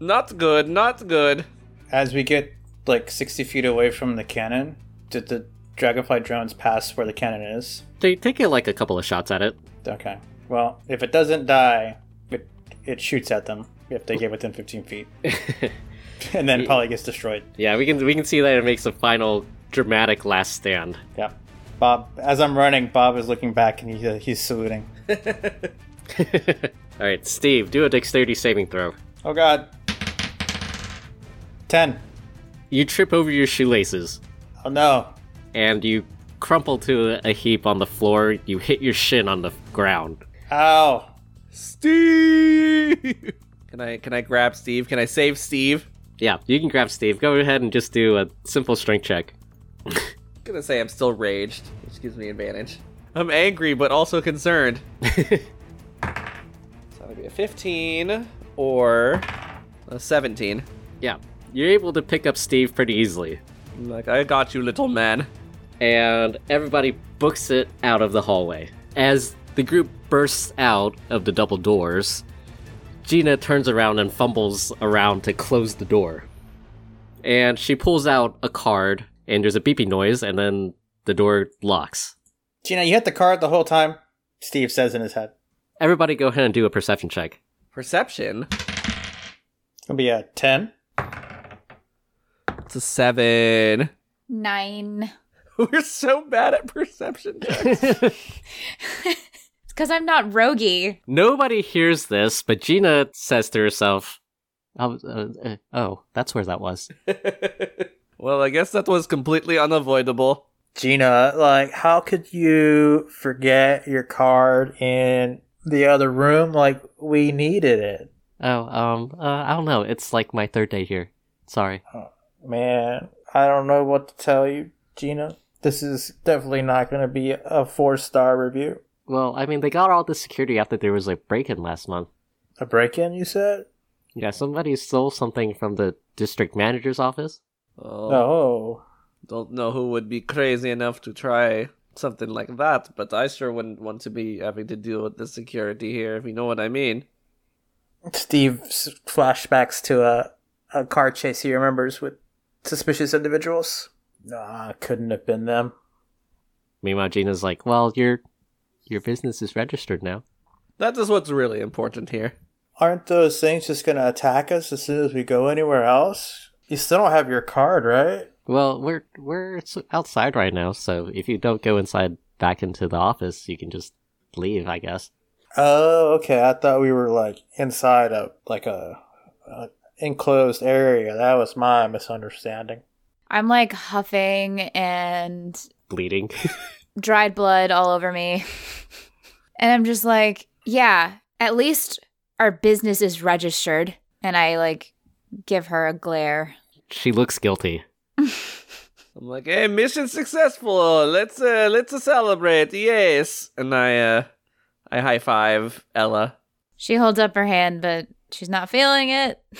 [SPEAKER 5] Not good. Not good.
[SPEAKER 2] As we get like 60 feet away from the cannon, did the dragonfly drones pass where the cannon is?
[SPEAKER 3] They take it like a couple of shots at it.
[SPEAKER 2] Okay. Well, if it doesn't die, it, it shoots at them if they get within 15 feet. and then probably gets destroyed.
[SPEAKER 3] Yeah, we can we can see that it makes a final dramatic last stand.
[SPEAKER 2] Yeah. Bob, as I'm running, Bob is looking back and he, uh, he's saluting.
[SPEAKER 3] All right, Steve, do a dexterity saving throw.
[SPEAKER 2] Oh god. 10.
[SPEAKER 3] You trip over your shoelaces
[SPEAKER 2] Oh no.
[SPEAKER 3] and you crumple to a heap on the floor. You hit your shin on the ground.
[SPEAKER 2] Ow.
[SPEAKER 5] Steve. Can I can I grab Steve? Can I save Steve?
[SPEAKER 3] Yeah, you can grab Steve. Go ahead and just do a simple strength check.
[SPEAKER 5] I'm gonna say I'm still raged, which gives me advantage. I'm angry but also concerned. so that'd be a 15 or a 17.
[SPEAKER 3] Yeah, you're able to pick up Steve pretty easily.
[SPEAKER 5] I'm like I got you, little man.
[SPEAKER 3] and everybody books it out of the hallway. As the group bursts out of the double doors, Gina turns around and fumbles around to close the door. And she pulls out a card, and there's a beeping noise, and then the door locks.
[SPEAKER 2] Gina, you hit the card the whole time? Steve says in his head.
[SPEAKER 3] Everybody go ahead and do a perception check.
[SPEAKER 5] Perception.
[SPEAKER 2] It's gonna be a 10.
[SPEAKER 5] It's a seven.
[SPEAKER 9] Nine.
[SPEAKER 5] We're so bad at perception. checks.
[SPEAKER 9] It's because I'm not roguey.
[SPEAKER 3] Nobody hears this, but Gina says to herself, Oh, uh, uh, oh that's where that was.
[SPEAKER 5] well, I guess that was completely unavoidable.
[SPEAKER 2] Gina, like, how could you forget your card in the other room? Like, we needed it.
[SPEAKER 3] Oh, um, uh, I don't know. It's like my third day here. Sorry.
[SPEAKER 2] Man, I don't know what to tell you, Gina. This is definitely not gonna be a four star review.
[SPEAKER 3] Well, I mean, they got all the security after there was a break in last month.
[SPEAKER 2] A break in, you said?
[SPEAKER 3] Yeah, somebody stole something from the district manager's office.
[SPEAKER 5] Oh,
[SPEAKER 2] Oh.
[SPEAKER 5] Don't know who would be crazy enough to try something like that, but I sure wouldn't want to be having to deal with the security here, if you know what I mean.
[SPEAKER 2] Steve's flashbacks to a, a car chase he remembers with suspicious individuals. Nah, couldn't have been them.
[SPEAKER 3] Meanwhile, Gina's like, "Well, your your business is registered now."
[SPEAKER 5] That is what's really important here.
[SPEAKER 2] Aren't those things just gonna attack us as soon as we go anywhere else? You still don't have your card, right?
[SPEAKER 3] Well, we're we're s- outside right now, so if you don't go inside back into the office, you can just leave, I guess.
[SPEAKER 2] Oh, okay. I thought we were like inside a like a, a enclosed area. That was my misunderstanding.
[SPEAKER 9] I'm like huffing and
[SPEAKER 3] Bleeding.
[SPEAKER 9] dried blood all over me. and I'm just like, yeah, at least our business is registered.
[SPEAKER 4] And I like give her a glare.
[SPEAKER 3] She looks guilty.
[SPEAKER 5] I'm like, hey, mission successful. Let's uh let's uh, celebrate. Yes. And I uh I high five Ella.
[SPEAKER 4] She holds up her hand, but she's not feeling it.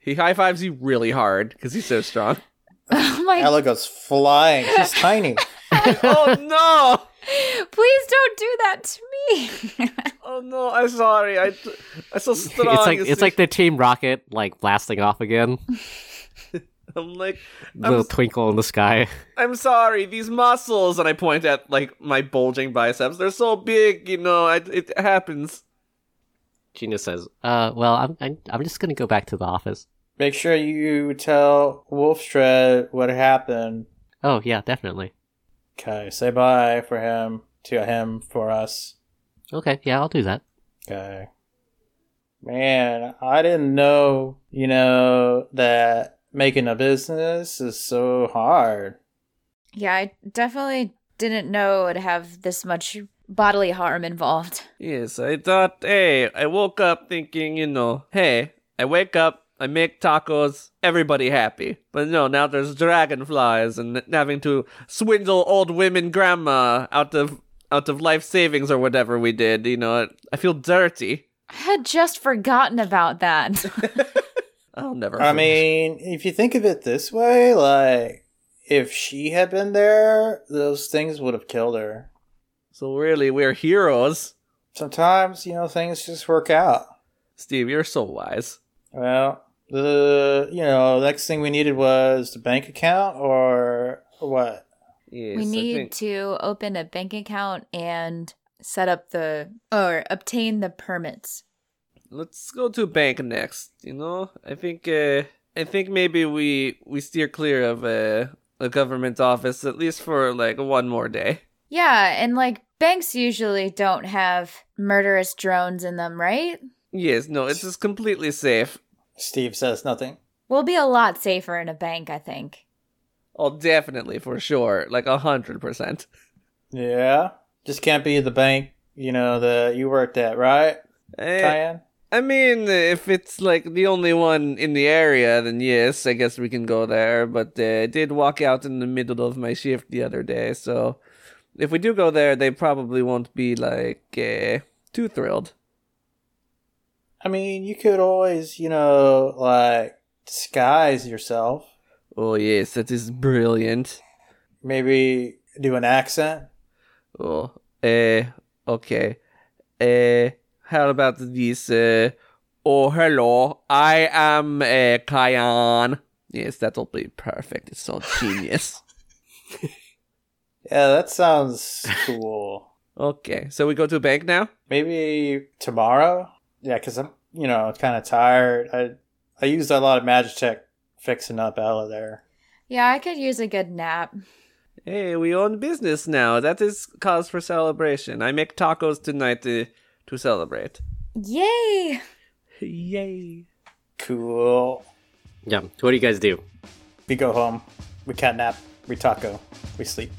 [SPEAKER 5] He high fives you really hard because he's so strong.
[SPEAKER 4] oh my
[SPEAKER 2] Ella goes flying. She's tiny.
[SPEAKER 5] oh no!
[SPEAKER 4] Please don't do that to me.
[SPEAKER 5] Oh no! I'm sorry. I I'm so strong.
[SPEAKER 3] it's like
[SPEAKER 5] you
[SPEAKER 3] it's
[SPEAKER 5] see.
[SPEAKER 3] like the Team Rocket like blasting off again.
[SPEAKER 5] I'm like
[SPEAKER 3] Little twinkle in the sky.
[SPEAKER 5] I'm sorry. These muscles, and I point at like my bulging biceps. They're so big. You know, I, it happens.
[SPEAKER 3] Gina says, "Uh, well, I'm I'm, I'm just gonna go back to the office."
[SPEAKER 2] Make sure you tell Wolfstred what happened.
[SPEAKER 3] Oh yeah, definitely.
[SPEAKER 2] Okay, say bye for him, to him, for us.
[SPEAKER 3] Okay, yeah, I'll do that.
[SPEAKER 2] Okay. Man, I didn't know, you know, that making a business is so hard.
[SPEAKER 4] yeah, I definitely didn't know it'd have this much bodily harm involved.
[SPEAKER 5] Yes, I thought. Hey, I woke up thinking, you know, hey, I wake up. I make tacos, everybody happy. But no, now there's dragonflies and having to swindle old women grandma out of out of life savings or whatever we did. You know, I feel dirty.
[SPEAKER 4] I had just forgotten about that.
[SPEAKER 5] I'll never.
[SPEAKER 2] I
[SPEAKER 5] forget.
[SPEAKER 2] mean, if you think of it this way, like, if she had been there, those things would have killed her.
[SPEAKER 5] so really, we're heroes.
[SPEAKER 2] Sometimes, you know, things just work out.
[SPEAKER 5] Steve, you're so wise.
[SPEAKER 2] Well, the, you know, next thing we needed was the bank account or what?
[SPEAKER 5] Yes,
[SPEAKER 4] we need
[SPEAKER 5] I think,
[SPEAKER 4] to open a bank account and set up the or obtain the permits.
[SPEAKER 5] let's go to bank next. You know, I think uh, I think maybe we we steer clear of uh, a government office at least for like one more day.
[SPEAKER 4] Yeah, and like banks usually don't have murderous drones in them, right?
[SPEAKER 5] Yes, no, it's just completely safe.
[SPEAKER 2] Steve says nothing.
[SPEAKER 4] We'll be a lot safer in a bank, I think.
[SPEAKER 5] Oh, definitely for sure, like a hundred percent.
[SPEAKER 2] Yeah. Just can't be the bank, you know, that you worked at, right,
[SPEAKER 5] Eh,
[SPEAKER 2] Diane?
[SPEAKER 5] I mean, if it's like the only one in the area, then yes, I guess we can go there. But uh, I did walk out in the middle of my shift the other day, so if we do go there, they probably won't be like uh, too thrilled.
[SPEAKER 2] I mean, you could always, you know, like, disguise yourself.
[SPEAKER 5] Oh yes, that is brilliant.
[SPEAKER 2] Maybe do an accent.
[SPEAKER 5] Oh, eh, okay. Eh, how about this? Uh, oh, hello. I am uh, Kayan. Yes, that'll be perfect. It's so genius.
[SPEAKER 2] Yeah, that sounds cool.
[SPEAKER 5] okay, so we go to a bank now.
[SPEAKER 2] Maybe tomorrow. Yeah, because I'm, you know, kind of tired. I I used a lot of Magitech fixing up Ella there.
[SPEAKER 4] Yeah, I could use a good nap.
[SPEAKER 5] Hey, we own business now. That is cause for celebration. I make tacos tonight to to celebrate.
[SPEAKER 4] Yay!
[SPEAKER 5] Yay!
[SPEAKER 2] Cool.
[SPEAKER 3] Yeah. So what do you guys do?
[SPEAKER 2] We go home. We catnap. We taco. We sleep.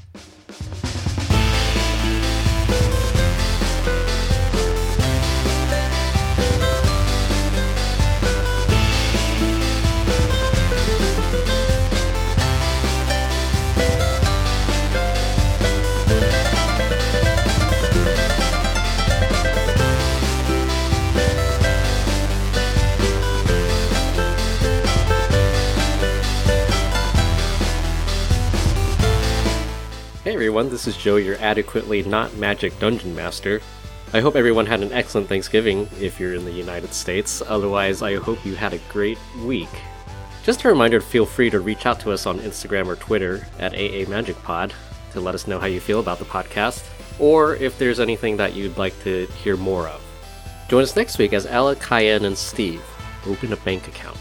[SPEAKER 3] Hey everyone, this is Joe, your adequately not magic dungeon master. I hope everyone had an excellent Thanksgiving if you're in the United States. Otherwise, I hope you had a great week. Just a reminder feel free to reach out to us on Instagram or Twitter at AA Magic Pod to let us know how you feel about the podcast or if there's anything that you'd like to hear more of. Join us next week as Alec, Cayenne, and Steve open a bank account.